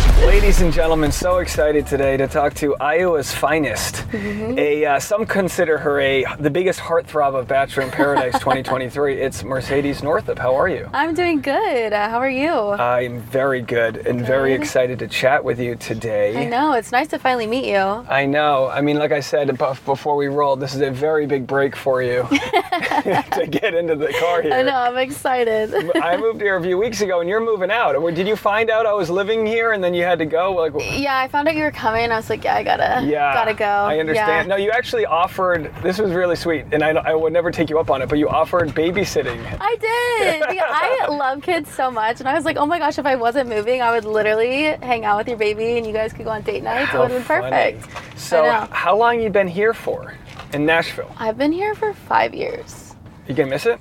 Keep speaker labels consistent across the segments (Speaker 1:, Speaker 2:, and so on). Speaker 1: Ladies and gentlemen, so excited today to talk to Iowa's finest.
Speaker 2: Mm-hmm.
Speaker 1: A uh, some consider her a the biggest heartthrob of Bachelor in Paradise 2023. It's Mercedes Northup. How are you?
Speaker 2: I'm doing good. Uh, How are you?
Speaker 1: I'm very good and very excited to chat with you today.
Speaker 2: I know. It's nice to finally meet you.
Speaker 1: I know. I mean, like I said above- before we rolled, this is a very big break for you to get into the car here.
Speaker 2: I know. I'm excited.
Speaker 1: I moved here a few weeks ago, and you're moving out. Did you find out I was living here, and then you had to go? Like,
Speaker 2: yeah, I found out you were coming. I was like, yeah, I gotta,
Speaker 1: Yeah.
Speaker 2: gotta go.
Speaker 1: I understand.
Speaker 2: Yeah.
Speaker 1: No, you actually offered, this was really sweet, and I, I would never take you up on it, but you offered babysitting.
Speaker 2: I did. because I love kids so much, and I was like, oh my gosh, if I wasn't moving, I would literally hang out with your baby, and you guys could go on date nights. It
Speaker 1: How
Speaker 2: would have been
Speaker 1: funny.
Speaker 2: perfect.
Speaker 1: So,
Speaker 2: I know.
Speaker 1: how long you been here for in Nashville?
Speaker 2: I've been here for five years.
Speaker 1: You gonna miss it?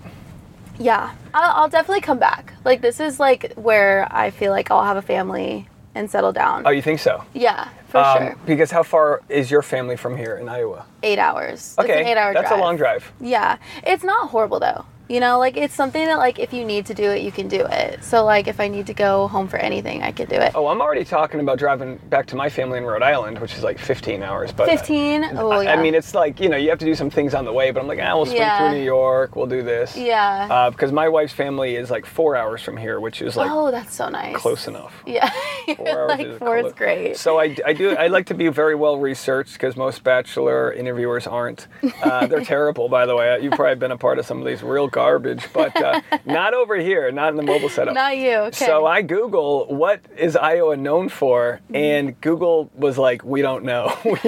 Speaker 2: Yeah, I'll, I'll definitely come back. Like this is like where I feel like I'll have a family and settle down.
Speaker 1: Oh, you Um, think so?
Speaker 2: yeah, for sure.
Speaker 1: Because how far is your family from here in Iowa?
Speaker 2: Eight hours.
Speaker 1: Okay,
Speaker 2: it's an eight-hour
Speaker 1: that's a long drive.
Speaker 2: Yeah, it's not horrible though. You know, like it's something that like if you need to do it, you can do it. So like if I need to go home for anything, I can do it.
Speaker 1: Oh, I'm already talking about driving back to my family in Rhode Island, which is like 15 hours. But
Speaker 2: 15?
Speaker 1: uh,
Speaker 2: Oh,
Speaker 1: I-
Speaker 2: yeah.
Speaker 1: I mean, it's like you know, you have to do some things on the way. But I'm like, ah, we'll swing
Speaker 2: Yeah.
Speaker 1: through New York. We'll do this.
Speaker 2: Yeah.
Speaker 1: Uh, because my wife's family is like four hours from here, which is like
Speaker 2: oh, that's so nice.
Speaker 1: close enough.
Speaker 2: Yeah.
Speaker 1: Four hours
Speaker 2: like
Speaker 1: is
Speaker 2: four is
Speaker 1: close.
Speaker 2: great.
Speaker 1: So I, I do. I like to be very well researched because most bachelor interviewers aren't. Uh, they're terrible, by the way. You've probably been a part of some of these real garbage, but uh, not over here, not in the mobile setup.
Speaker 2: Not you. Okay.
Speaker 1: So I Google what is Iowa known for,
Speaker 2: Mm-hmm.
Speaker 1: and Google was like, "We don't know." we,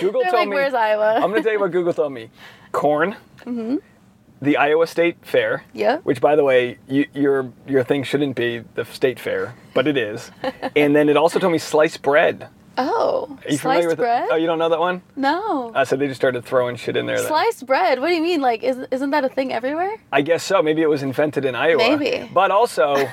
Speaker 1: Google
Speaker 2: They're
Speaker 1: told
Speaker 2: like,
Speaker 1: me.
Speaker 2: where's Iowa?
Speaker 1: I'm gonna tell you what Google told me: corn, the Iowa State Fair.
Speaker 2: Mm-hmm. Yeah.
Speaker 1: Which, by the way, you, your your thing shouldn't be the state fair, but it is. and then it also told me sliced bread.
Speaker 2: oh,
Speaker 1: Are you familiar
Speaker 2: sliced
Speaker 1: with
Speaker 2: bread?
Speaker 1: Oh, you don't know that one?
Speaker 2: no.
Speaker 1: Uh, so they just started throwing shit in there. then.
Speaker 2: sliced bread. What do you mean? Like, is, isn't that a thing everywhere?
Speaker 1: I guess so. Maybe it was invented in Iowa.
Speaker 2: Maybe.
Speaker 1: But also,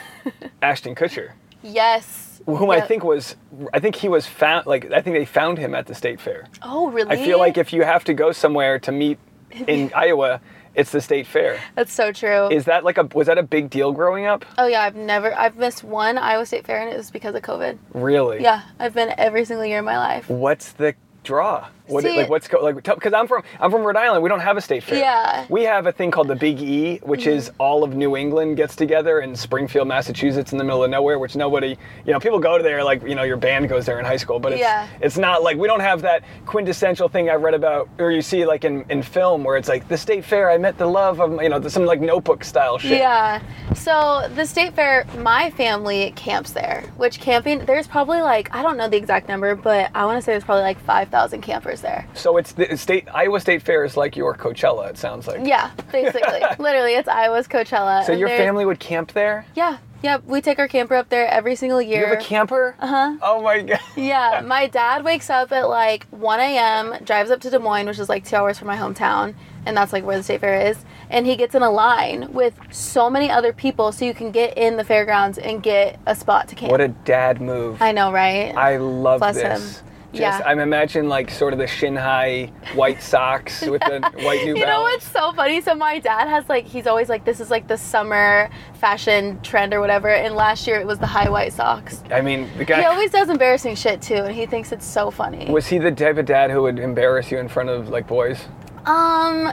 Speaker 1: Ashton Kutcher.
Speaker 2: Yes.
Speaker 1: whom I
Speaker 2: Yep.
Speaker 1: think was, I think he was found, like, I think they found him at the state fair.
Speaker 2: Oh, really?
Speaker 1: I feel like if you have to go somewhere to meet in Iowa, it's the state fair.
Speaker 2: that's so true.
Speaker 1: Is that like a, was that a big deal growing up?
Speaker 2: oh yeah, I've never, I've missed one Iowa State Fair, and it was because of COVID.
Speaker 1: Really?
Speaker 2: Yeah, I've been every single year of my life.
Speaker 1: What's the draw? What
Speaker 2: See-
Speaker 1: like what's go like because I'm from I'm from Rhode Island. We don't have a state fair.
Speaker 2: Yeah. Mm-hmm.
Speaker 1: We have a thing called the Big E, which is all of New England gets together in Springfield, Massachusetts, in the middle of nowhere, which nobody you know people go to there like you know your band goes there in high school, but it's
Speaker 2: Yeah.
Speaker 1: it's not like we don't have that quintessential thing I read about or you see like in in film where it's like the state fair. I met the love of you know some like Notebook style shit.
Speaker 2: Yeah. So the state fair, my family camps there, which camping, there's probably like, I don't know the exact number, but I want to say there's probably like 5,000 campers there.
Speaker 1: So it's the state Iowa State Fair is like your Coachella. It sounds like.
Speaker 2: Yeah, basically. Literally, it's Iowa's Coachella.
Speaker 1: So
Speaker 2: and
Speaker 1: your
Speaker 2: there-
Speaker 1: family would camp there.
Speaker 2: Yeah. Yep. We take our camper up there every single year.
Speaker 1: You have a camper? Uh
Speaker 2: Uh-huh.
Speaker 1: huh. Oh my god.
Speaker 2: Yeah, my dad wakes up at like 1 a.m., drives up to Des Moines, which is like two hours from my hometown, and that's like where the state fair is. And he gets in a line with so many other people, so you can get in the fairgrounds and get a spot to camp.
Speaker 1: What a dad move.
Speaker 2: I know, right?
Speaker 1: I love
Speaker 2: Bless
Speaker 1: this.
Speaker 2: him.
Speaker 1: Just,
Speaker 2: Yeah.
Speaker 1: I'm imagine like sort of the shin high white socks with the white New
Speaker 2: you know
Speaker 1: Balance.
Speaker 2: what's so funny? So my dad has like he's always like this is like the summer fashion trend or whatever. And last year it was the high white socks.
Speaker 1: I mean, the
Speaker 2: He
Speaker 1: guy
Speaker 2: always does embarrassing shit too, and he thinks it's so funny.
Speaker 1: was he the type of dad who would embarrass you in front of like boys?
Speaker 2: Um,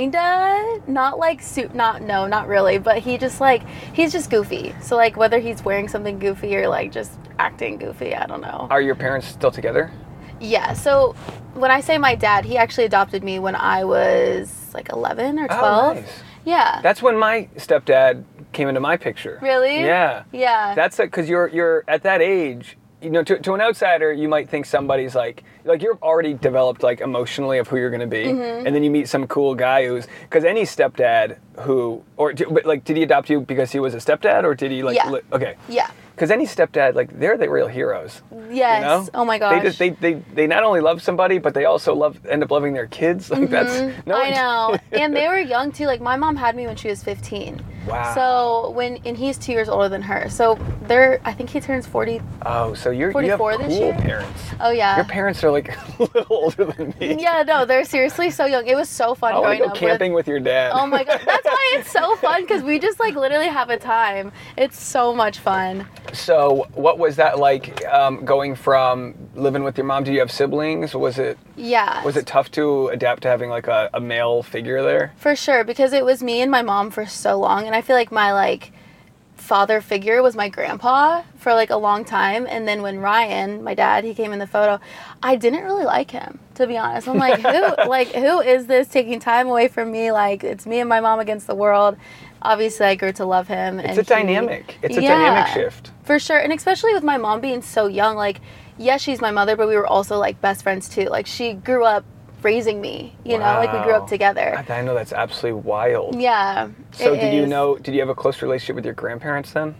Speaker 2: kinda. Not like suit. Not no, not really. But he just like he's just goofy. So like whether he's wearing something goofy or like just acting goofy, I don't know.
Speaker 1: Are your parents still together?
Speaker 2: Yeah. So when I say my dad, he actually adopted me when I was like 11 or 12.
Speaker 1: Oh, nice.
Speaker 2: Yeah.
Speaker 1: That's when my stepdad came into my picture.
Speaker 2: really?
Speaker 1: Yeah.
Speaker 2: Yeah.
Speaker 1: That's because you're you're at that age. You know, to, to an outsider, you might think somebody's like like you're already developed like emotionally of who you're going to be,
Speaker 2: Mm-hmm.
Speaker 1: and then you meet some cool guy who's because any stepdad who or d- but like did he adopt you because he was a stepdad or did he like
Speaker 2: Yeah.
Speaker 1: li- okay
Speaker 2: yeah.
Speaker 1: because any stepdad like they're the real heroes.
Speaker 2: Yes.
Speaker 1: You know?
Speaker 2: Oh my
Speaker 1: They
Speaker 2: gosh.
Speaker 1: just they, they they not only love somebody but they also love end up loving their kids. Like that's no
Speaker 2: Mm-hmm. I
Speaker 1: one-
Speaker 2: know. and they were young too. Like my mom had me when she was 15.
Speaker 1: Wow.
Speaker 2: So when and he's two years older than her. So they're I think he turns forty.
Speaker 1: Oh, so you're you have
Speaker 2: 44
Speaker 1: cool
Speaker 2: this year?
Speaker 1: parents.
Speaker 2: Oh yeah.
Speaker 1: Your parents are like a little older than me.
Speaker 2: Mm, yeah, no, they're seriously so young. It was so fun
Speaker 1: I want
Speaker 2: growing
Speaker 1: to Oh, go
Speaker 2: up
Speaker 1: camping
Speaker 2: with.
Speaker 1: with, your dad.
Speaker 2: Oh my god, that's why it's so fun because we just like literally have a time. It's so much fun.
Speaker 1: So, what was that like um, going from living with your mom? Do you have siblings? Was it
Speaker 2: Yeah.
Speaker 1: was it tough to adapt to having like a, a male figure there?
Speaker 2: For sure, because it was me and my mom for so long, and I feel like my like father figure was my grandpa for like a long time, and then when Ryan, my dad, he came in the photo, I didn't really like him to be honest. I'm like, who like who is this taking time away from me? Like it's me and my mom against the world. Obviously, I grew to love him.
Speaker 1: It's
Speaker 2: and
Speaker 1: a
Speaker 2: he-
Speaker 1: dynamic. It's a
Speaker 2: Yeah.
Speaker 1: dynamic shift.
Speaker 2: for sure, and especially with my mom being so young, like yes, she's my mother, but we were also like best friends too. Like she grew up raising me, you know, like we grew
Speaker 1: Wow.
Speaker 2: up together.
Speaker 1: I, I know that's absolutely wild.
Speaker 2: Yeah.
Speaker 1: So,
Speaker 2: it
Speaker 1: did you
Speaker 2: is.
Speaker 1: know? Did you have a close relationship with your grandparents then?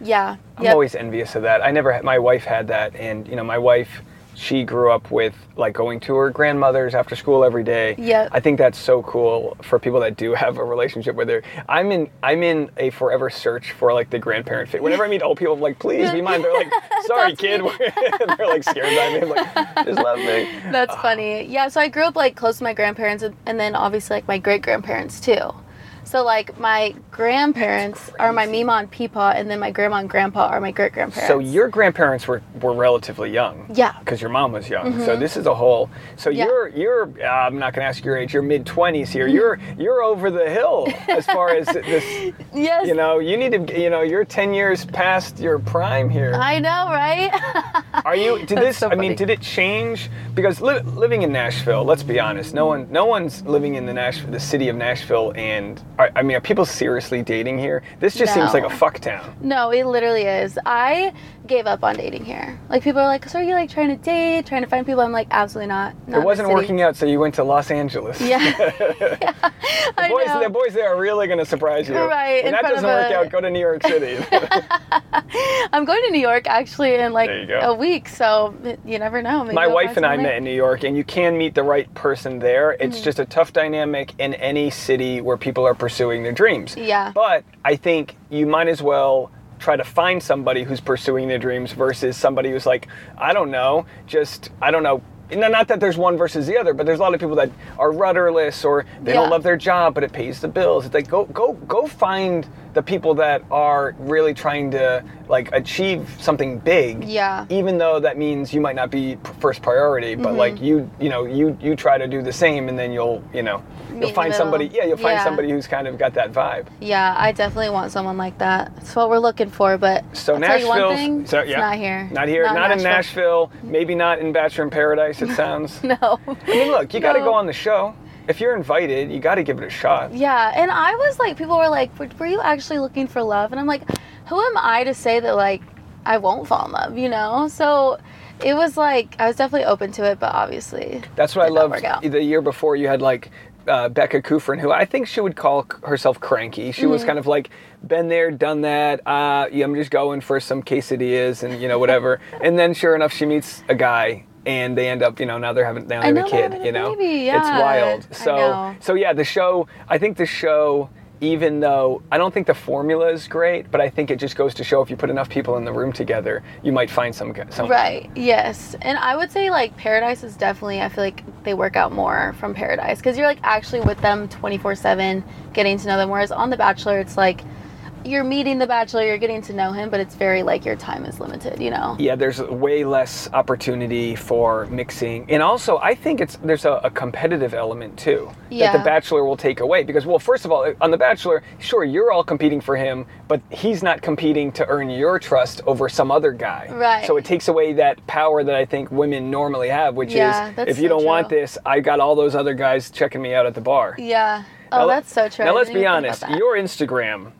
Speaker 2: Yeah.
Speaker 1: I'm
Speaker 2: yep.
Speaker 1: always envious of that. I never had, my wife had that, and you know, my wife, she grew up with like going to her grandmother's after school every day.
Speaker 2: Yep.
Speaker 1: I think that's so cool for people that do have a relationship with her. I'm in, I'm in a forever search for like the grandparent fit. Whenever I meet old people, I'm like, please be mine. They're like, sorry,
Speaker 2: That's
Speaker 1: kid. They're like scared by me. I'm like, just love me.
Speaker 2: That's funny. Yeah, so I grew up like close to my grandparents and- and then obviously like my great grandparents too. So like my grandparents are my
Speaker 1: crazy.
Speaker 2: Mima and Peepaw and then my grandma and grandpa are my great grandparents.
Speaker 1: So your grandparents were, were relatively young.
Speaker 2: Yeah. Mm-hmm.
Speaker 1: Because your mom was young. So this is a whole. So
Speaker 2: Yeah.
Speaker 1: you're you're. Uh, I'm not going to ask your age. You're mid twenties here. You're you're over the hill as far as this.
Speaker 2: Yes.
Speaker 1: You know, you need to. You know, you're ten years past your prime here.
Speaker 2: I know, right?
Speaker 1: Are you? Did this?
Speaker 2: so
Speaker 1: I mean,
Speaker 2: funny.
Speaker 1: did it change? Because li- living in Nashville, let's be honest, no one, no one's living in the Nashville, the city of Nashville, and are, I mean, are people seriously dating here? This just seems like
Speaker 2: No.
Speaker 1: a fuck town.
Speaker 2: no, it literally is. I gave up on dating here. Like people are like, "So are you like trying to date, trying to find people?" I'm like, "Absolutely not." not in
Speaker 1: It
Speaker 2: the
Speaker 1: wasn't
Speaker 2: city."
Speaker 1: working out, so you went to Los Angeles.
Speaker 2: Yeah. I
Speaker 1: boys,
Speaker 2: know.
Speaker 1: the boys there are really going to surprise you.
Speaker 2: Right,
Speaker 1: When
Speaker 2: in
Speaker 1: that
Speaker 2: front
Speaker 1: doesn't
Speaker 2: of
Speaker 1: work
Speaker 2: a-
Speaker 1: out, go to New York City.
Speaker 2: I'm going to New York actually in like
Speaker 1: There you go.
Speaker 2: a week, so you never know. Maybe
Speaker 1: My
Speaker 2: I'll
Speaker 1: wife
Speaker 2: find
Speaker 1: and I
Speaker 2: someone
Speaker 1: met
Speaker 2: there.
Speaker 1: in New York, and you can meet the right person there. It's
Speaker 2: Mm.
Speaker 1: just a tough dynamic in any city where people are pursuing their dreams.
Speaker 2: Yeah.
Speaker 1: But I think you might as well try to find somebody who's pursuing their dreams versus somebody who's like, I don't know, just, I don't know. No, not that there's one versus the other, but there's a lot of people that are rudderless or they don't
Speaker 2: Yeah.
Speaker 1: love their job, but it pays the bills. It's like go go go find the people that are really trying to like achieve something big.
Speaker 2: Yeah. Mm-hmm.
Speaker 1: Even though that means you might not be p- first priority, but like you, you know, you you try to do the same, and then you'll, you know,
Speaker 2: Meet in
Speaker 1: you'll
Speaker 2: the
Speaker 1: find somebody.
Speaker 2: middle.
Speaker 1: Yeah, you'll find
Speaker 2: Yeah.
Speaker 1: somebody who's kind of got that vibe.
Speaker 2: Yeah, I definitely want someone like that. That's what we're looking for. But
Speaker 1: So
Speaker 2: I'll tell you
Speaker 1: Nashville,
Speaker 2: one thing,
Speaker 1: so,
Speaker 2: it's
Speaker 1: yeah.
Speaker 2: not here.
Speaker 1: not here, not, in Nashville. Maybe not in Bachelor in Paradise. It sounds.
Speaker 2: No.
Speaker 1: I mean, look, you got to
Speaker 2: No.
Speaker 1: go on the show. If you're invited, you got to give it a shot.
Speaker 2: Yeah, and I was like, people were like, were, were you actually looking for love? And I'm like, who am I to say that like I won't fall in love? You know? So it was like I was definitely open to it, but obviously
Speaker 1: That's what I
Speaker 2: did not
Speaker 1: love.
Speaker 2: work out.
Speaker 1: The year before, you had like uh, Becca Kufrin, who I think she would call c- herself cranky. She
Speaker 2: Mm-hmm.
Speaker 1: was kind of like, been there, done that. Uh, yeah, I'm just going for some quesadillas and you know whatever. and then, sure enough, she meets a guy, and they end up, you know, now they're having now they
Speaker 2: I
Speaker 1: have
Speaker 2: know,
Speaker 1: a
Speaker 2: they're
Speaker 1: kid.
Speaker 2: having a
Speaker 1: you know,
Speaker 2: baby,
Speaker 1: it's
Speaker 2: yeah.
Speaker 1: wild.
Speaker 2: I
Speaker 1: So,
Speaker 2: know.
Speaker 1: so yeah, the show. I think the show. Even though I don't think the formula is great, but I think it just goes to show if you put enough people in the room together, you might find some g- some
Speaker 2: Right. Yes. And I would say like Paradise is definitely I feel like they work out more from Paradise cuz you're like actually with them 24/7 getting to know them whereas on The Bachelor it's like you're meeting the bachelor, you're getting to know him, but it's very like your time is limited, you know.
Speaker 1: yeah there's way less opportunity for mixing and also i think it's there's a, a competitive element too that
Speaker 2: Yeah.
Speaker 1: the bachelor will take away because well first of all on the bachelor sure you're all competing for him but he's not competing to earn your trust over some other guy
Speaker 2: Right.
Speaker 1: so it takes away that power that i think women normally have which
Speaker 2: Yeah,
Speaker 1: is
Speaker 2: that's
Speaker 1: if you
Speaker 2: so
Speaker 1: don't want
Speaker 2: true.
Speaker 1: this i got all those other guys checking me out at the bar
Speaker 2: Yeah. Oh,
Speaker 1: now,
Speaker 2: that's so true. I
Speaker 1: Now let's
Speaker 2: didn't
Speaker 1: be
Speaker 2: even think
Speaker 1: honest.
Speaker 2: about that.
Speaker 1: Your Instagram,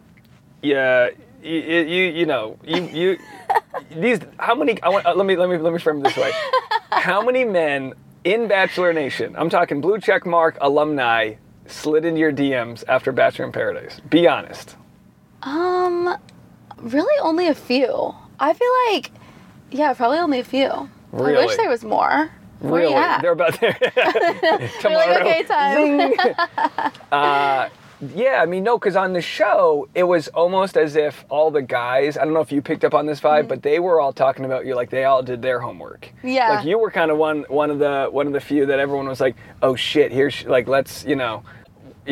Speaker 1: yeah, you you, you know you you these how many? I want uh, let me let me let me frame it this way. how many men in Bachelor Nation? I'm talking blue check mark alumni slid into your DMs after Bachelor in Paradise. Be honest.
Speaker 2: Um really only a few. I feel like yeah, probably only a few. I
Speaker 1: Really?
Speaker 2: wish there was more. Where you
Speaker 1: Really,
Speaker 2: at?
Speaker 1: they're about there.
Speaker 2: They're
Speaker 1: Tomorrow.
Speaker 2: like, okay, time.
Speaker 1: Uh, Yeah, I mean, no, because on the show, it was almost as if all the guys, I don't know if you picked up on this
Speaker 2: Mm-hmm.
Speaker 1: vibe, but they were all talking about you like they all did their homework.
Speaker 2: Yeah.
Speaker 1: Like you were kind of one one of the one of the few that everyone was like, "Oh shit, here's sh- like let's, you know,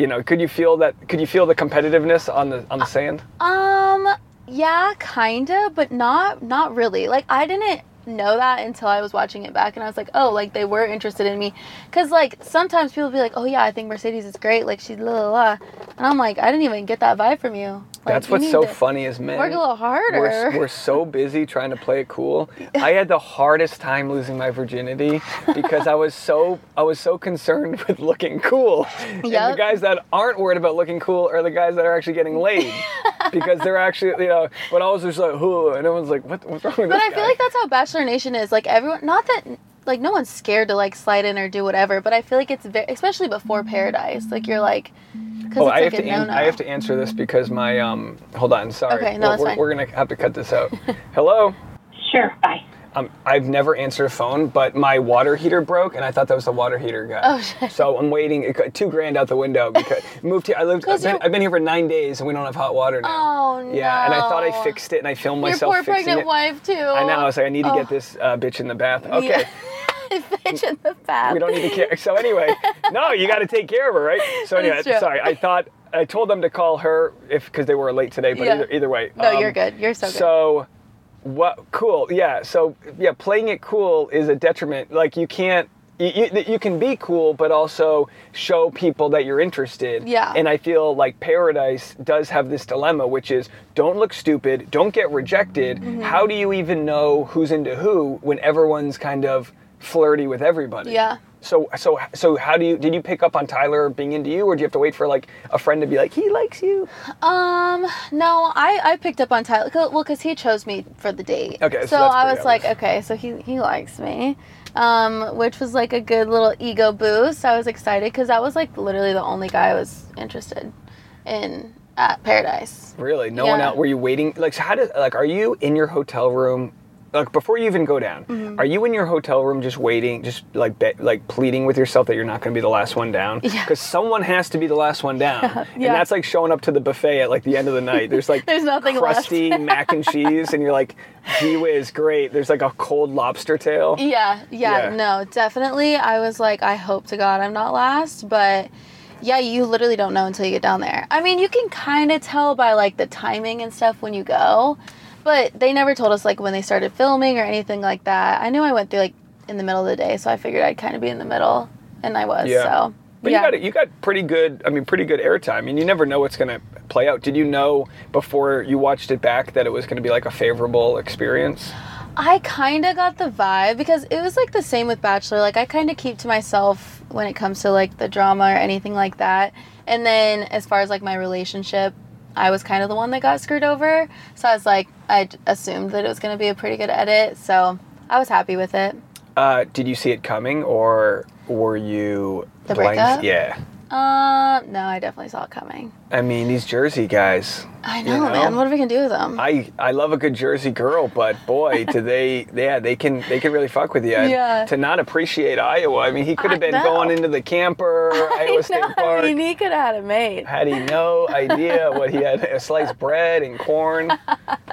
Speaker 1: you know, could you feel that could you feel the competitiveness on the on
Speaker 2: Uh,
Speaker 1: the sand?"
Speaker 2: Um, yeah, kinda, but not not really. Like I didn't know that until I was watching it back and I was like, "Oh, like they were interested in me." Cuz like sometimes people be like, "Oh yeah, I think Mercedes is great." Like she's la la la. And I'm like, "I didn't even get that vibe from you." Like,
Speaker 1: That's
Speaker 2: you
Speaker 1: what's
Speaker 2: need
Speaker 1: so
Speaker 2: to
Speaker 1: funny is men.
Speaker 2: Work a little harder.
Speaker 1: We're, we're so busy trying to play it cool. I had the hardest time losing my virginity because I was so I was so concerned with looking cool. And
Speaker 2: Yep.
Speaker 1: the guys that aren't worried about looking cool are the guys that are actually getting laid because they're actually you know. But I was just like, who? And everyone's like, what, what's wrong with
Speaker 2: But
Speaker 1: this
Speaker 2: I
Speaker 1: guy?
Speaker 2: feel like that's how Bachelor Nation is. Like everyone, not that like no one's scared to like slide in or do whatever, but I feel like it's very, especially before Paradise. Like you're like, because
Speaker 1: Oh,
Speaker 2: it's
Speaker 1: I
Speaker 2: like
Speaker 1: have,
Speaker 2: a
Speaker 1: to an-
Speaker 2: no-no.
Speaker 1: I have to answer this because my um. Hold on, sorry.
Speaker 2: Okay, no,
Speaker 1: we're,
Speaker 2: it's
Speaker 1: we're-
Speaker 2: fine.
Speaker 1: we're gonna have to cut this out. Hello.
Speaker 3: Sure, bye.
Speaker 1: Um, I've never answered a phone, but my water heater broke, and I thought that was the water heater guy.
Speaker 2: Oh, shit.
Speaker 1: So I'm waiting. It got two grand out the window because moved here. I lived.
Speaker 2: 'Cause
Speaker 1: I've been,
Speaker 2: you're-
Speaker 1: I've been here for nine days, and we don't have hot water now.
Speaker 2: Oh,
Speaker 1: Yeah, and I thought
Speaker 2: no.
Speaker 1: I fixed it, and I filmed
Speaker 2: Your
Speaker 1: myself
Speaker 2: poor
Speaker 1: fixing
Speaker 2: pregnant
Speaker 1: it.
Speaker 2: wife too.
Speaker 1: I know. I was like, I need to
Speaker 2: Oh.
Speaker 1: get this uh, bitch in the bath. Okay.
Speaker 2: Yeah. Bitch in the bath.
Speaker 1: We don't need to care. So anyway, no, you got to take care of her, right? So
Speaker 2: That is
Speaker 1: anyway,
Speaker 2: true.
Speaker 1: sorry. I thought I told them to call her if because they were late today. But
Speaker 2: Yeah.
Speaker 1: either, either way,
Speaker 2: No,
Speaker 1: um,
Speaker 2: you're good. You're so good.
Speaker 1: So, what? Cool. Yeah. So yeah, playing it cool is a detriment. Like you can't. You, you, that you can be cool, but also show people that you're interested.
Speaker 2: Yeah.
Speaker 1: And I feel like Paradise does have this dilemma, which is don't look stupid, don't get rejected.
Speaker 2: Mm-hmm.
Speaker 1: How do you even know who's into who when everyone's kind of flirty with everybody?
Speaker 2: Yeah.
Speaker 1: So so so how do you did you pick up on Tyler being into you, or do you have to wait for like a friend to be like he likes you?
Speaker 2: Um, no, I, I picked up on Tyler. 'cause- well, because he chose me for the date.
Speaker 1: Okay, so
Speaker 2: so
Speaker 1: that's
Speaker 2: I
Speaker 1: pretty
Speaker 2: was like,
Speaker 1: obvious.
Speaker 2: okay, so he, he likes me, um, which was like a good little ego boost. I was excited because that was like literally the only guy I was interested in at Paradise.
Speaker 1: Really? No one
Speaker 2: Yeah.
Speaker 1: out? Were you waiting? Like, so how does like are you in your hotel room? Like before you even go down,
Speaker 2: Mm-hmm.
Speaker 1: are you in your hotel room just waiting, just like be, like pleading with yourself that you're not going to be the last one down? Because
Speaker 2: Yeah.
Speaker 1: someone has to be the last one down, and
Speaker 2: yeah.
Speaker 1: that's like showing up to the buffet at like the end of the night. There's like
Speaker 2: There's nothing left.
Speaker 1: crusty mac and cheese, and you're like, gee whiz, great. There's like a cold lobster tail.
Speaker 2: Yeah, yeah,
Speaker 1: Yeah.
Speaker 2: no, definitely. I was like, I hope to God I'm not last, but yeah, you literally don't know until you get down there. I mean, you can kind of tell by like the timing and stuff when you go, but they never told us like when they started filming or anything like that. I knew I went through like in the middle of the day, so I figured I'd kind of be in the middle, and I was.
Speaker 1: Yeah.
Speaker 2: So,
Speaker 1: But
Speaker 2: yeah.
Speaker 1: you got you got pretty good. I mean, pretty good airtime, and you never know what's going to play out. Did you know before you watched it back that it was going to be like a favorable experience?
Speaker 2: I kind of got the vibe because it was like the same with Bachelor. Like I kind of keep to myself when it comes to like the drama or anything like that. And then as far as like my relationship, I was kind of the one that got screwed over. So I was like, I d- assumed that it was going to be a pretty good edit. So I was happy with it.
Speaker 1: Uh, did you see it coming, or were you
Speaker 2: The
Speaker 1: blank-
Speaker 2: breakup?
Speaker 1: Yeah,
Speaker 2: Um, no, I definitely saw it coming.
Speaker 1: I mean these Jersey guys.
Speaker 2: I know,
Speaker 1: You know?
Speaker 2: man. What are we gonna do with them?
Speaker 1: I I love a good Jersey girl, but boy, do they yeah they can they can really fuck with you. And
Speaker 2: Yeah.
Speaker 1: To not appreciate Iowa, I mean he could
Speaker 2: I
Speaker 1: have been
Speaker 2: know.
Speaker 1: going into the camper, Iowa State
Speaker 2: know, I
Speaker 1: Park.
Speaker 2: mean, he could have had it made.
Speaker 1: had he no idea what he had? A sliced bread and corn.